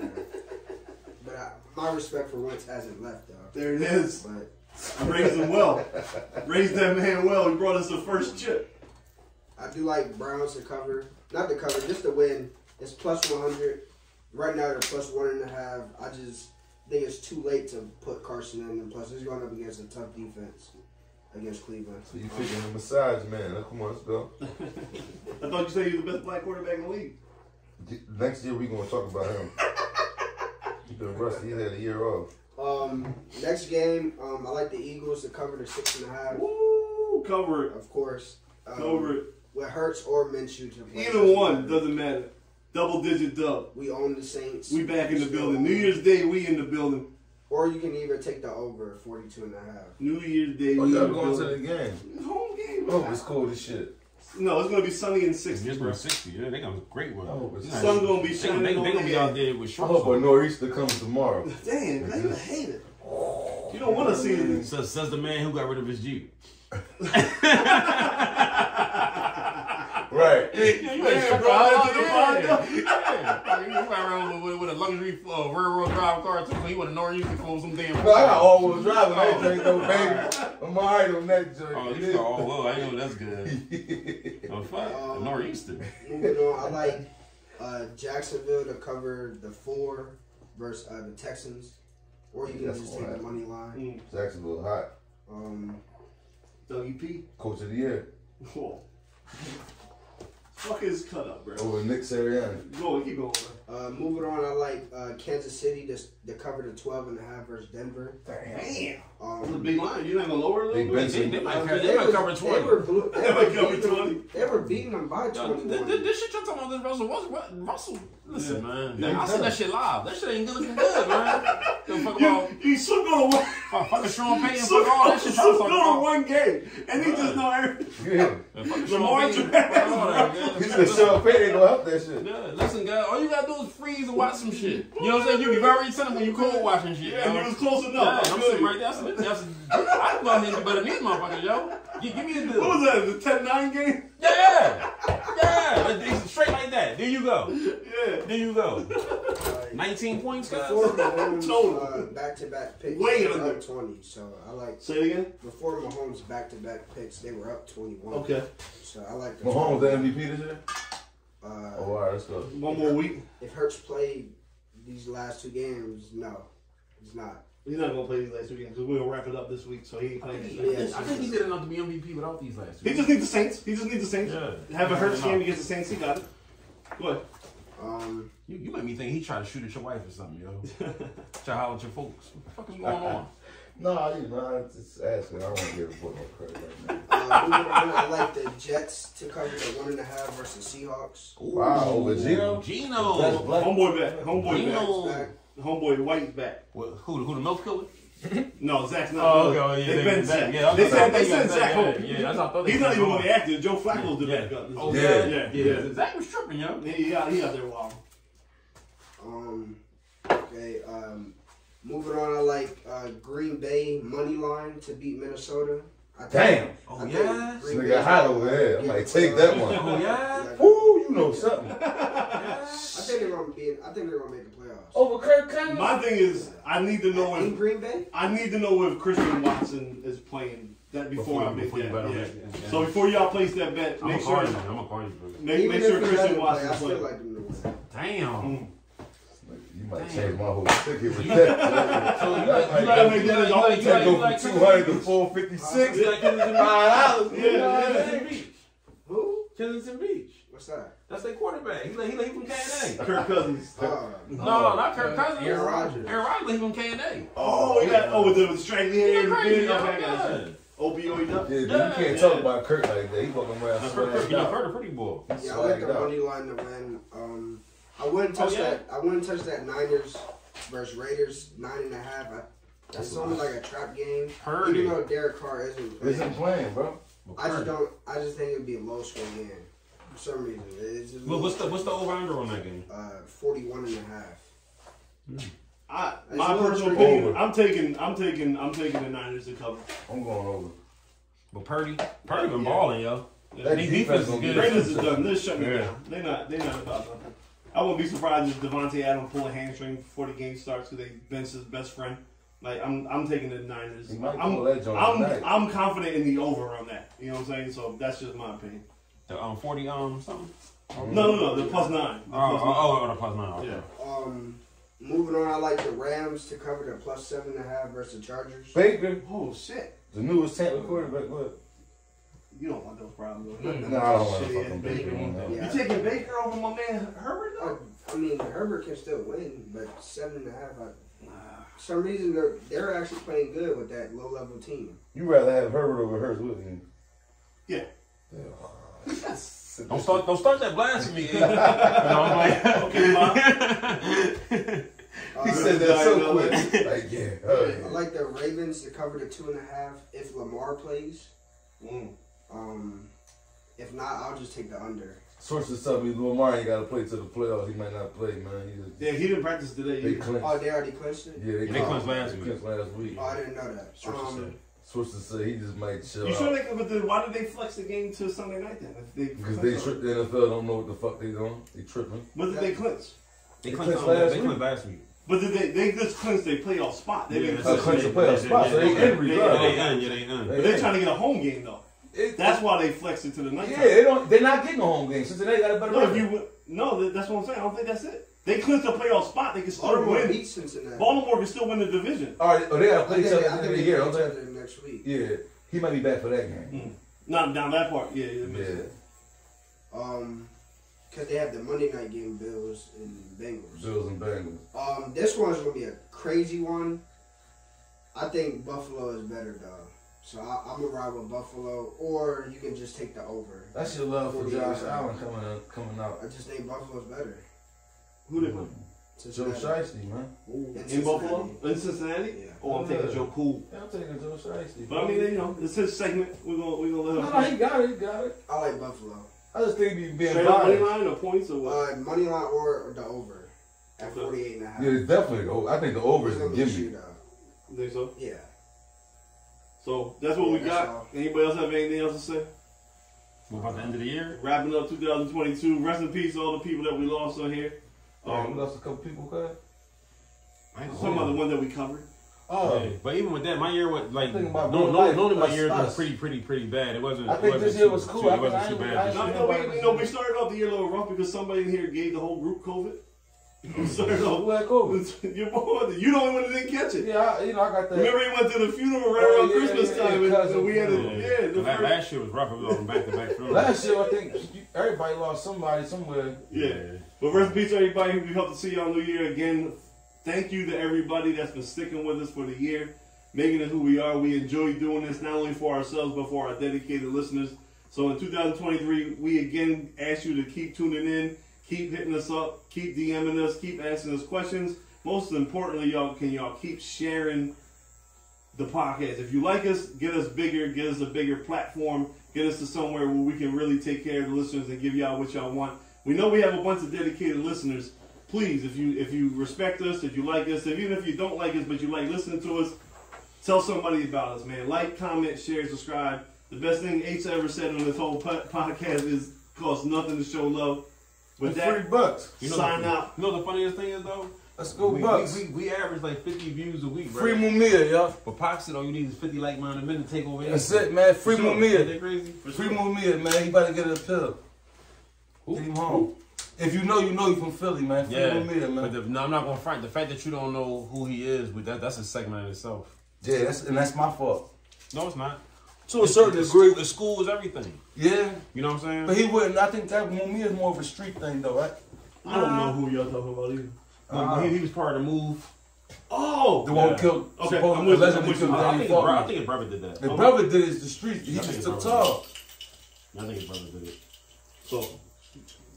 D: but I, my respect for Wentz hasn't left though.
B: There it is.
D: But
B: Raised him well. Raised that man well. He brought us the first chip.
D: I do like Browns to cover, not to cover, just to win. It's plus one hundred. Right now they're plus one and a half. I just think it's too late to put Carson in, and plus he's going up against a tough defense against Cleveland.
G: So you picking the massage man? Now, come on, let's go.
B: I thought you said you were the best black quarterback in the league.
G: D- Next year we gonna talk about him. He's been rusty. He had a year off.
D: Um, next game, um, I like the Eagles to cover the six and a half.
B: Woo! Cover it.
D: Of course, um,
B: Cover it.
D: with Hurts or Minshew to play.
B: Either one doesn't matter. Double digit dub.
D: We own the Saints.
B: We back in the building. New Year's Day, we in the building.
D: Or you can even take the over 42 and a half.
B: New Year's Day,
G: Oh,
B: we
G: y'all
B: in the
G: going to
B: building.
G: the game?
B: Home game.
G: Oh, it's cold as shit.
B: No, it's gonna be sunny and
A: It's
B: sixty.
A: just been 60. Yeah, they got a great one.
G: Oh, but
A: Nice.
B: Sun gonna be
A: They gonna-
B: shining
A: They,
B: on
A: they gonna
B: the
A: be
B: head.
A: out there with
G: I
A: shorts.
G: hope a
A: on.
G: nor'easter comes tomorrow.
B: Damn, man, you hate it. You don't want to see this.
A: Says, says the man who got rid of his Jeep.
G: Right.
A: Yeah,
B: you ain't shut the hell up.
A: Yeah. You went around with, with a luxury uh, railroad drive car too, so he would have known you could pull some damn.
G: No, I got all-wheel drive and everything, though, baby. I'm alright on that joint.
A: Oh, you got all well. I know that's good. oh, fuck.
D: Um,
A: Nor'easter.
D: Moving on, I like uh, Jacksonville to cover the four versus uh, the Texans. Or you can
G: That's
D: just
G: all
D: take the
G: right.
D: money line.
G: Jacksonville hot.
D: Um,
B: Dougie P.
G: Coach of the year.
B: Cool. Fuck is cut up, bro.
C: Over Nick Sirianni.
B: Go, keep going.
D: Uh, moving on, I like uh, Kansas City to, to cover the 12 and a half versus Denver.
B: Damn. That's a
D: Um,
B: big line. You're not gonna lower it a
C: They
B: little bit?
C: been-
A: They, they might,
D: because
A: cover- they might cover
D: They were,
A: 20.
D: blew, they
B: They
D: were
B: might cover
D: beating them-
B: 20.
D: they were beating them by
A: Yo,
D: 21.
A: th- th- This shit you're talking about this Russell Russell, Ru- Russell listen
B: Yeah.
A: man,
B: Yeah,
A: I
C: he
A: seen
C: done.
A: that shit live. That shit ain't good looking good, man. Yo, fuck about
B: You, you shook on one,
A: fuck- fucking Sean Payton,
B: shook
A: fuck all
B: on,
A: that shit.
B: shook
A: y'all talking
B: on
A: about.
B: one game, and he just know everything.
C: You hear him?
A: Man, fuck
B: Lamar
A: Sean Payton,
B: Jackson,
A: fuck all that, man.
C: He said, Sean Payton ain't gonna help that shit.
A: Yeah, listen, guys, all you gotta do is freeze and watch some shit. You know what I'm saying? You be very attentive when you cold watching shit.
B: Yeah,
A: yo.
B: you was close
A: Yeah,
B: enough.
A: I'm
B: I'm
A: sitting
B: good.
A: right there. That's, that's, I love him better than these motherfuckers, yo. Gi- give me a
B: What
A: deal.
B: was that? The 10 9 game?
A: Yeah, yeah. Like, they- Straight like that. There you go.
B: Yeah.
A: There you go. 19 points, guys.
D: Before Mahomes,
B: Total.
D: uh, back-to-back picks,
B: Way
D: they were
B: under.
D: up 20. So I like,
B: Say it again.
D: before Mahomes' back-to-back picks, they were up 21. So I like the
C: Mahomes the MVP this year?
D: Uh,
C: Oh, all right, let's go.
B: One more week.
D: if Hurts played these last two games, no, he's not.
B: He's not going to play these last two games because we'll wrap it up this week, so he ain't
A: I
B: playing
A: think
B: these
A: he- I
B: last
A: think- I think he did enough to be MVP without these last
B: He
A: two.
B: just needs the Saints. He just needs the Saints.
A: Yeah.
B: Have a Hurts
A: Enough.
B: game against the Saints. He got it. Go ahead.
D: Um,
A: You, you make me think he tried to shoot at your wife or something, yo. Try to holler at your folks. What the fuck is going on?
C: No, you know, I just asking. I don't want to give a boy no credit right now.
D: uh, moving on, I like the Jets to cover the one and a half versus Seahawks.
C: Wow, over Gino? That's
A: Gino.
C: black.
B: Homeboy back. Homeboy
A: Gino.
D: Back.
B: back. Homeboy White's back.
A: Well, who, who the milk killer?
B: No, Zach's not.
A: Oh, okay. Oh, yeah,
B: They've been Zach.
A: Yeah, I was
B: they
A: about
B: said,
A: to
B: they
A: say,
B: sent
A: yeah,
B: Zach
A: yeah,
B: home.
A: Yeah, that's what I thought. they
B: He's
A: said.
B: not even going to be active. Joe Flacco's the
A: Yeah.
B: backup.
A: Oh,
C: Yeah.
A: yeah.
B: Yeah,
A: Yeah.
B: yeah.
A: Zach was tripping, yo.
B: Yeah, he out, he out there wild.
D: Um, okay. Um, moving on, I like uh, Green Bay money line to beat Minnesota. I think-
C: Damn.
D: I
A: Oh,
D: think
A: yes.
D: Green
C: Nigga
D: Bay's-
C: hot over there. I might take that one.
A: Oh, yeah.
C: Woo, you know something.
D: I think they're gonna be. In, I think they're gonna make the playoffs.
H: Over Kirk Cousins?
B: My thing is, I need to know
D: in
B: if
D: Green Bay.
B: I need to know if Christian Watson is playing that before,
A: Before-
B: I make
A: before you
B: that.
A: bet on
B: yeah.
A: it, yeah.
B: So before y'all place that bet,
A: I'm a
B: make sure
A: Cardinal. I'm a Cardinal.
B: make, make
D: Even
B: sure
D: if he
B: Christian
D: doesn't play, I
B: Watson's
D: still
B: playing.
D: like them to win.
B: Mm.
A: Damn.
C: You might change my whole ticket with that.
A: So you
C: Like,
A: like, you
C: I'm
A: like, you like, you like, you
C: Take
A: like, you
C: over
A: like,
C: from 200 to 456.
A: You like Kensington Beach.
C: $5.
A: You like
B: Yeah,
A: Kensington Beach.
D: Who?
A: Kensington Beach.
D: What's that?
A: That's their quarterback. He like, he like, he from K and A.
B: Kirk Cousins.
D: Uh,
A: No, not Kirk Cousins.
D: Aaron Rodgers.
A: Aaron Rodgers. He from K and A.
B: Oh, he got oh with the, with the straight hair and the
A: crazy.
B: beard.
D: Oh,
B: Okay, I got
A: Yeah.
B: you. Opioid up.
C: Yeah, you can't talk about Kirk like that. He fucking around
A: Kirk,
C: swagged
A: you know,
C: out.
A: Kirk, a pretty boy.
D: Yeah, I like the
C: Swagged out.
D: money line to win. Um, I wouldn't touch
A: Oh, yeah.
D: that. I wouldn't touch that Niners versus Raiders nine and a half. I, it's almost like a trap game.
A: Heard
D: Even
A: it.
D: though Derek Carr isn't playing,
C: Isn't playing, bro.
D: I just don't. I just think it'd be a low scoring game for some reason. It's just
A: Well, what's the what's the over under on that game?
D: uh, 41 and a half.
B: I,
D: It's
B: my
D: a little
B: personal
D: tricky.
B: opinion, I'm taking, I'm taking, I'm taking the Niners to cover.
C: I'm going over.
A: But Purdy, Purdy been balling, yo.
C: That
A: They defense
C: defense
A: is
C: gonna be-
A: good.
B: Raiders is done. They're shutting
A: Yeah.
B: it down. They're not. They're not about nothing. I wouldn't be surprised if Devontae Adams pull a hamstring before the game starts because they bench his best friend. Like I'm, I'm taking the Niners.
C: He
B: I'm,
C: might pull that joint
B: I'm,
C: tonight.
B: I'm confident in the over on that. You know what I'm saying? So that's just my opinion.
A: The um forty um something.
B: No, no, no. The plus nine. The
A: Oh, oh,
B: plus nine.
A: oh, oh, the plus nine. Okay.
B: Yeah.
D: Um, moving on, I like the Rams to cover the plus seven and a half versus the Chargers.
C: Baker,
B: Oh shit!
C: the newest Tampa quarterback. What?
B: You don't want those problems. though.
C: No, I don't want to
B: Shitty ass
C: fucking Baker. on that.
D: Yeah.
B: You taking Baker over my man Herbert?
D: I, I mean, Herbert can still win, but seven and a half. I, for some reason they're they're actually playing good with that low level team.
C: You rather have Herbert over Hurts, wouldn't you?
B: Yeah.
A: Don't start, don't start that blasphemy. kid. no, I'm like,
B: Okay, Ma.
C: He said that so quick. Like, yeah.
D: Uh,
C: uh,
D: I
C: Herbert.
D: like the Ravens to cover the two and a half if Lamar plays.
B: Mm.
D: Um, if not, I'll just take the under.
C: Sources tell me Lamar ain't got to play to the playoffs. He might not play, man. He just,
B: Yeah, he didn't practice today.
C: They
B: either.
C: clinched.
D: Oh, they already clinched it.
C: Yeah, they,
A: they clinched last
C: They
A: week.
C: clinched last week.
D: Oh, I didn't know that.
B: Sources
D: Um,
B: said.
C: Sources say he just might chill
B: You sure
C: out.
B: they? But then why did they flex the game to Sunday night then? If they
C: Because they tripped the NFL, don't know what the fuck they doing. They tripping.
B: What did they clinch?
A: they
C: clinched
A: clinched
C: last
A: last, they
C: week.
A: clinched last week.
B: But did they? They just clinched their playoff spot. They
A: Yeah,
B: didn't
A: that's
C: Uh,
B: clinch.
A: it. they-
C: clinch the playoff
A: they-
C: spot, so
A: they-
C: they in
A: Yeah,
B: Yeah,
A: they
C: regardless.
A: in, yeah, they in.
C: They
B: But they're
C: in.
B: trying to get a home game though.
C: It-
B: That's why they flexed it to the night.
C: Yeah, they don't. They're not getting a home game since they got a better
B: No, if
C: record.
B: you win- no, that- that's what I'm saying. I don't think that's it. They clinched the playoff spot. They can still
D: Baltimore
B: win.
D: beat Cincinnati.
B: Baltimore can still win the division.
C: All right, oh, they gotta
D: I
C: play
D: think
C: each
D: they,
C: other
D: I
C: at the end of
D: think they
C: the year,
D: play
C: don't
D: each
C: they?
D: other next week.
C: Yeah, he might be back for that game.
B: Not down that part. Yeah, yeah.
C: Yeah,
B: yeah.
D: Um, because they have the Monday night game Bills and Bengals.
G: Bills and Bengals.
D: Um, this one's gonna be a crazy one. I think Buffalo is better though, so I, I'm gonna ride with Buffalo, or you can just take the over.
G: That's your love for
D: Yeah.
G: Josh Allen coming up, coming out.
D: I just think Buffalo's better.
B: Who they play?
G: Joe
D: Cincinnati.
G: Shiesty, man.
B: In Buffalo? In Cincinnati?
D: Yeah.
B: Oh, I'm thinking
G: Yeah.
B: Joe Cool.
G: Yeah, I'm taking Joe Shiesty.
B: But I mean, you know, it's his segment. We're gonna we're gonna let him.
G: no, no, he got it. He got it.
D: I like Buffalo.
G: I just think he's being
B: Straight up money
G: biased.
B: line or points or what?
D: Uh, money line or the over at 48 and a half.
G: Yeah, it's definitely. the o- I think the over
D: It's
G: is
D: gonna
G: a
D: be a
G: gimme.
D: shootout.
G: Uh,
B: You think so?
D: Yeah.
B: So that's what we
D: That's
B: got.
D: all.
B: Anybody else have anything else to say?
A: What about the end of the year?
B: Wrapping up 2022. Rest in peace, to all the people that we lost on here.
G: Yeah, we
B: Um,
G: lost a couple people, cuz.
A: I ain't
B: some
A: gonna
B: of the
A: lie.
B: one that we covered.
G: Oh,
A: Yeah, But even with that, my year was like
G: Think about
A: no,
G: real
A: no,
G: life.
A: no. My
G: Us,
A: year was
G: us.
A: pretty, pretty, pretty bad. It wasn't.
G: I
A: it
G: think
A: wasn't
G: this year
A: too-
G: was cool.
A: too-
G: I
A: It wasn't too
G: think I-
A: bad. this
B: No,
A: year.
B: no, we, no, we started off the year a little rough because somebody in here gave the whole group COVID. We started
G: Oh, who
B: off.
G: had COVID?
B: Your boy, you don't even didn't catch it.
G: Yeah, I, you know, I got that.
B: Remember, he went to the funeral right
G: Oh,
B: around
G: yeah,
B: Christmas
G: yeah,
B: time,
G: yeah,
B: and- and we had a
G: cousin.
B: yeah. the
A: La-
B: first,
A: Last year was rough. It was on back to back.
G: Last year, I think you- everybody lost somebody somewhere.
B: yeah. But rest in peace, to everybody. We hope to see y'all New Year again. Thank you to everybody that's been sticking with us for the year, making it who we are. We enjoy doing this not only for ourselves but for our dedicated listeners. So in 2023, we again ask you to keep tuning in, keep hitting us up, keep DMing us, keep asking us questions. Most importantly, y'all can y'all keep sharing the podcast. If you like us, get us bigger, get us a bigger platform, get us to somewhere where we can really take care of the listeners and give y'all what y'all want. We know we have a bunch of dedicated listeners. Please, if you if you respect us, if you like us, if even if you don't like us but you like listening to us, tell somebody about us, man. Like, comment, share, subscribe. The best thing H ever said on this whole po- podcast is cost nothing to show love. With
G: It's
B: that,
G: three bucks.
A: You know
B: sign
A: the,
B: out.
A: You know the funniest thing is though,
G: Let's go
A: we,
G: bucks.
A: we, we, we average like 50 views a week, right?
C: Free Mumia, yo.
A: But Poxy, all you need is 50 like-minded men to take over.
C: That's
A: Instagram.
C: it, man. Free
A: Sure. Ain't
C: Mumia.
A: that crazy?
C: Free Mumia, man. He better get a pill. Get him home. If you know, you know you from Philly, man. Free
A: Yeah,
C: Mumia,
A: but
C: man.
A: the, no, I'm not gonna front. The fact that you don't know who he is, but that, that's a segment in itself.
C: Yeah, that's, and that's my fault.
A: No, it's not.
C: To a certain
A: The
C: degree.
A: school, the school is everything.
C: Yeah.
A: You know what I'm
C: But
A: saying?
C: he wouldn't. I think that Mumia is more of a street thing, though, right? Uh,
B: I don't know who y'all talking about either.
A: When- when he, he was part of the move.
B: Oh,
C: The one
A: Yeah.
C: killed.
B: Okay,
C: supposed-
B: I'm with you, I'm
C: allegedly
B: with you.
A: I,
C: killed
A: I
C: Danny
A: think his bro, I
C: Faulkner.
A: think his brother did that.
C: The brother did is the street. He
A: I think
C: just
A: his
C: too
A: brother-
C: tall.
A: I think his brother did it.
B: So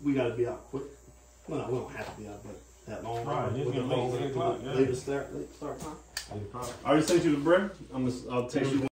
B: we gotta be out quick. Well, no, we don't have to be out, but that long
A: Right,
B: ride.
A: it's
B: With the
A: gonna make
B: long
A: it
B: way
A: eight o'clock,
B: through.
A: yeah.
B: Later start. Later start. time.
A: He was probably-
B: I already sent you the bread. I'm. Gonna, I'll text you.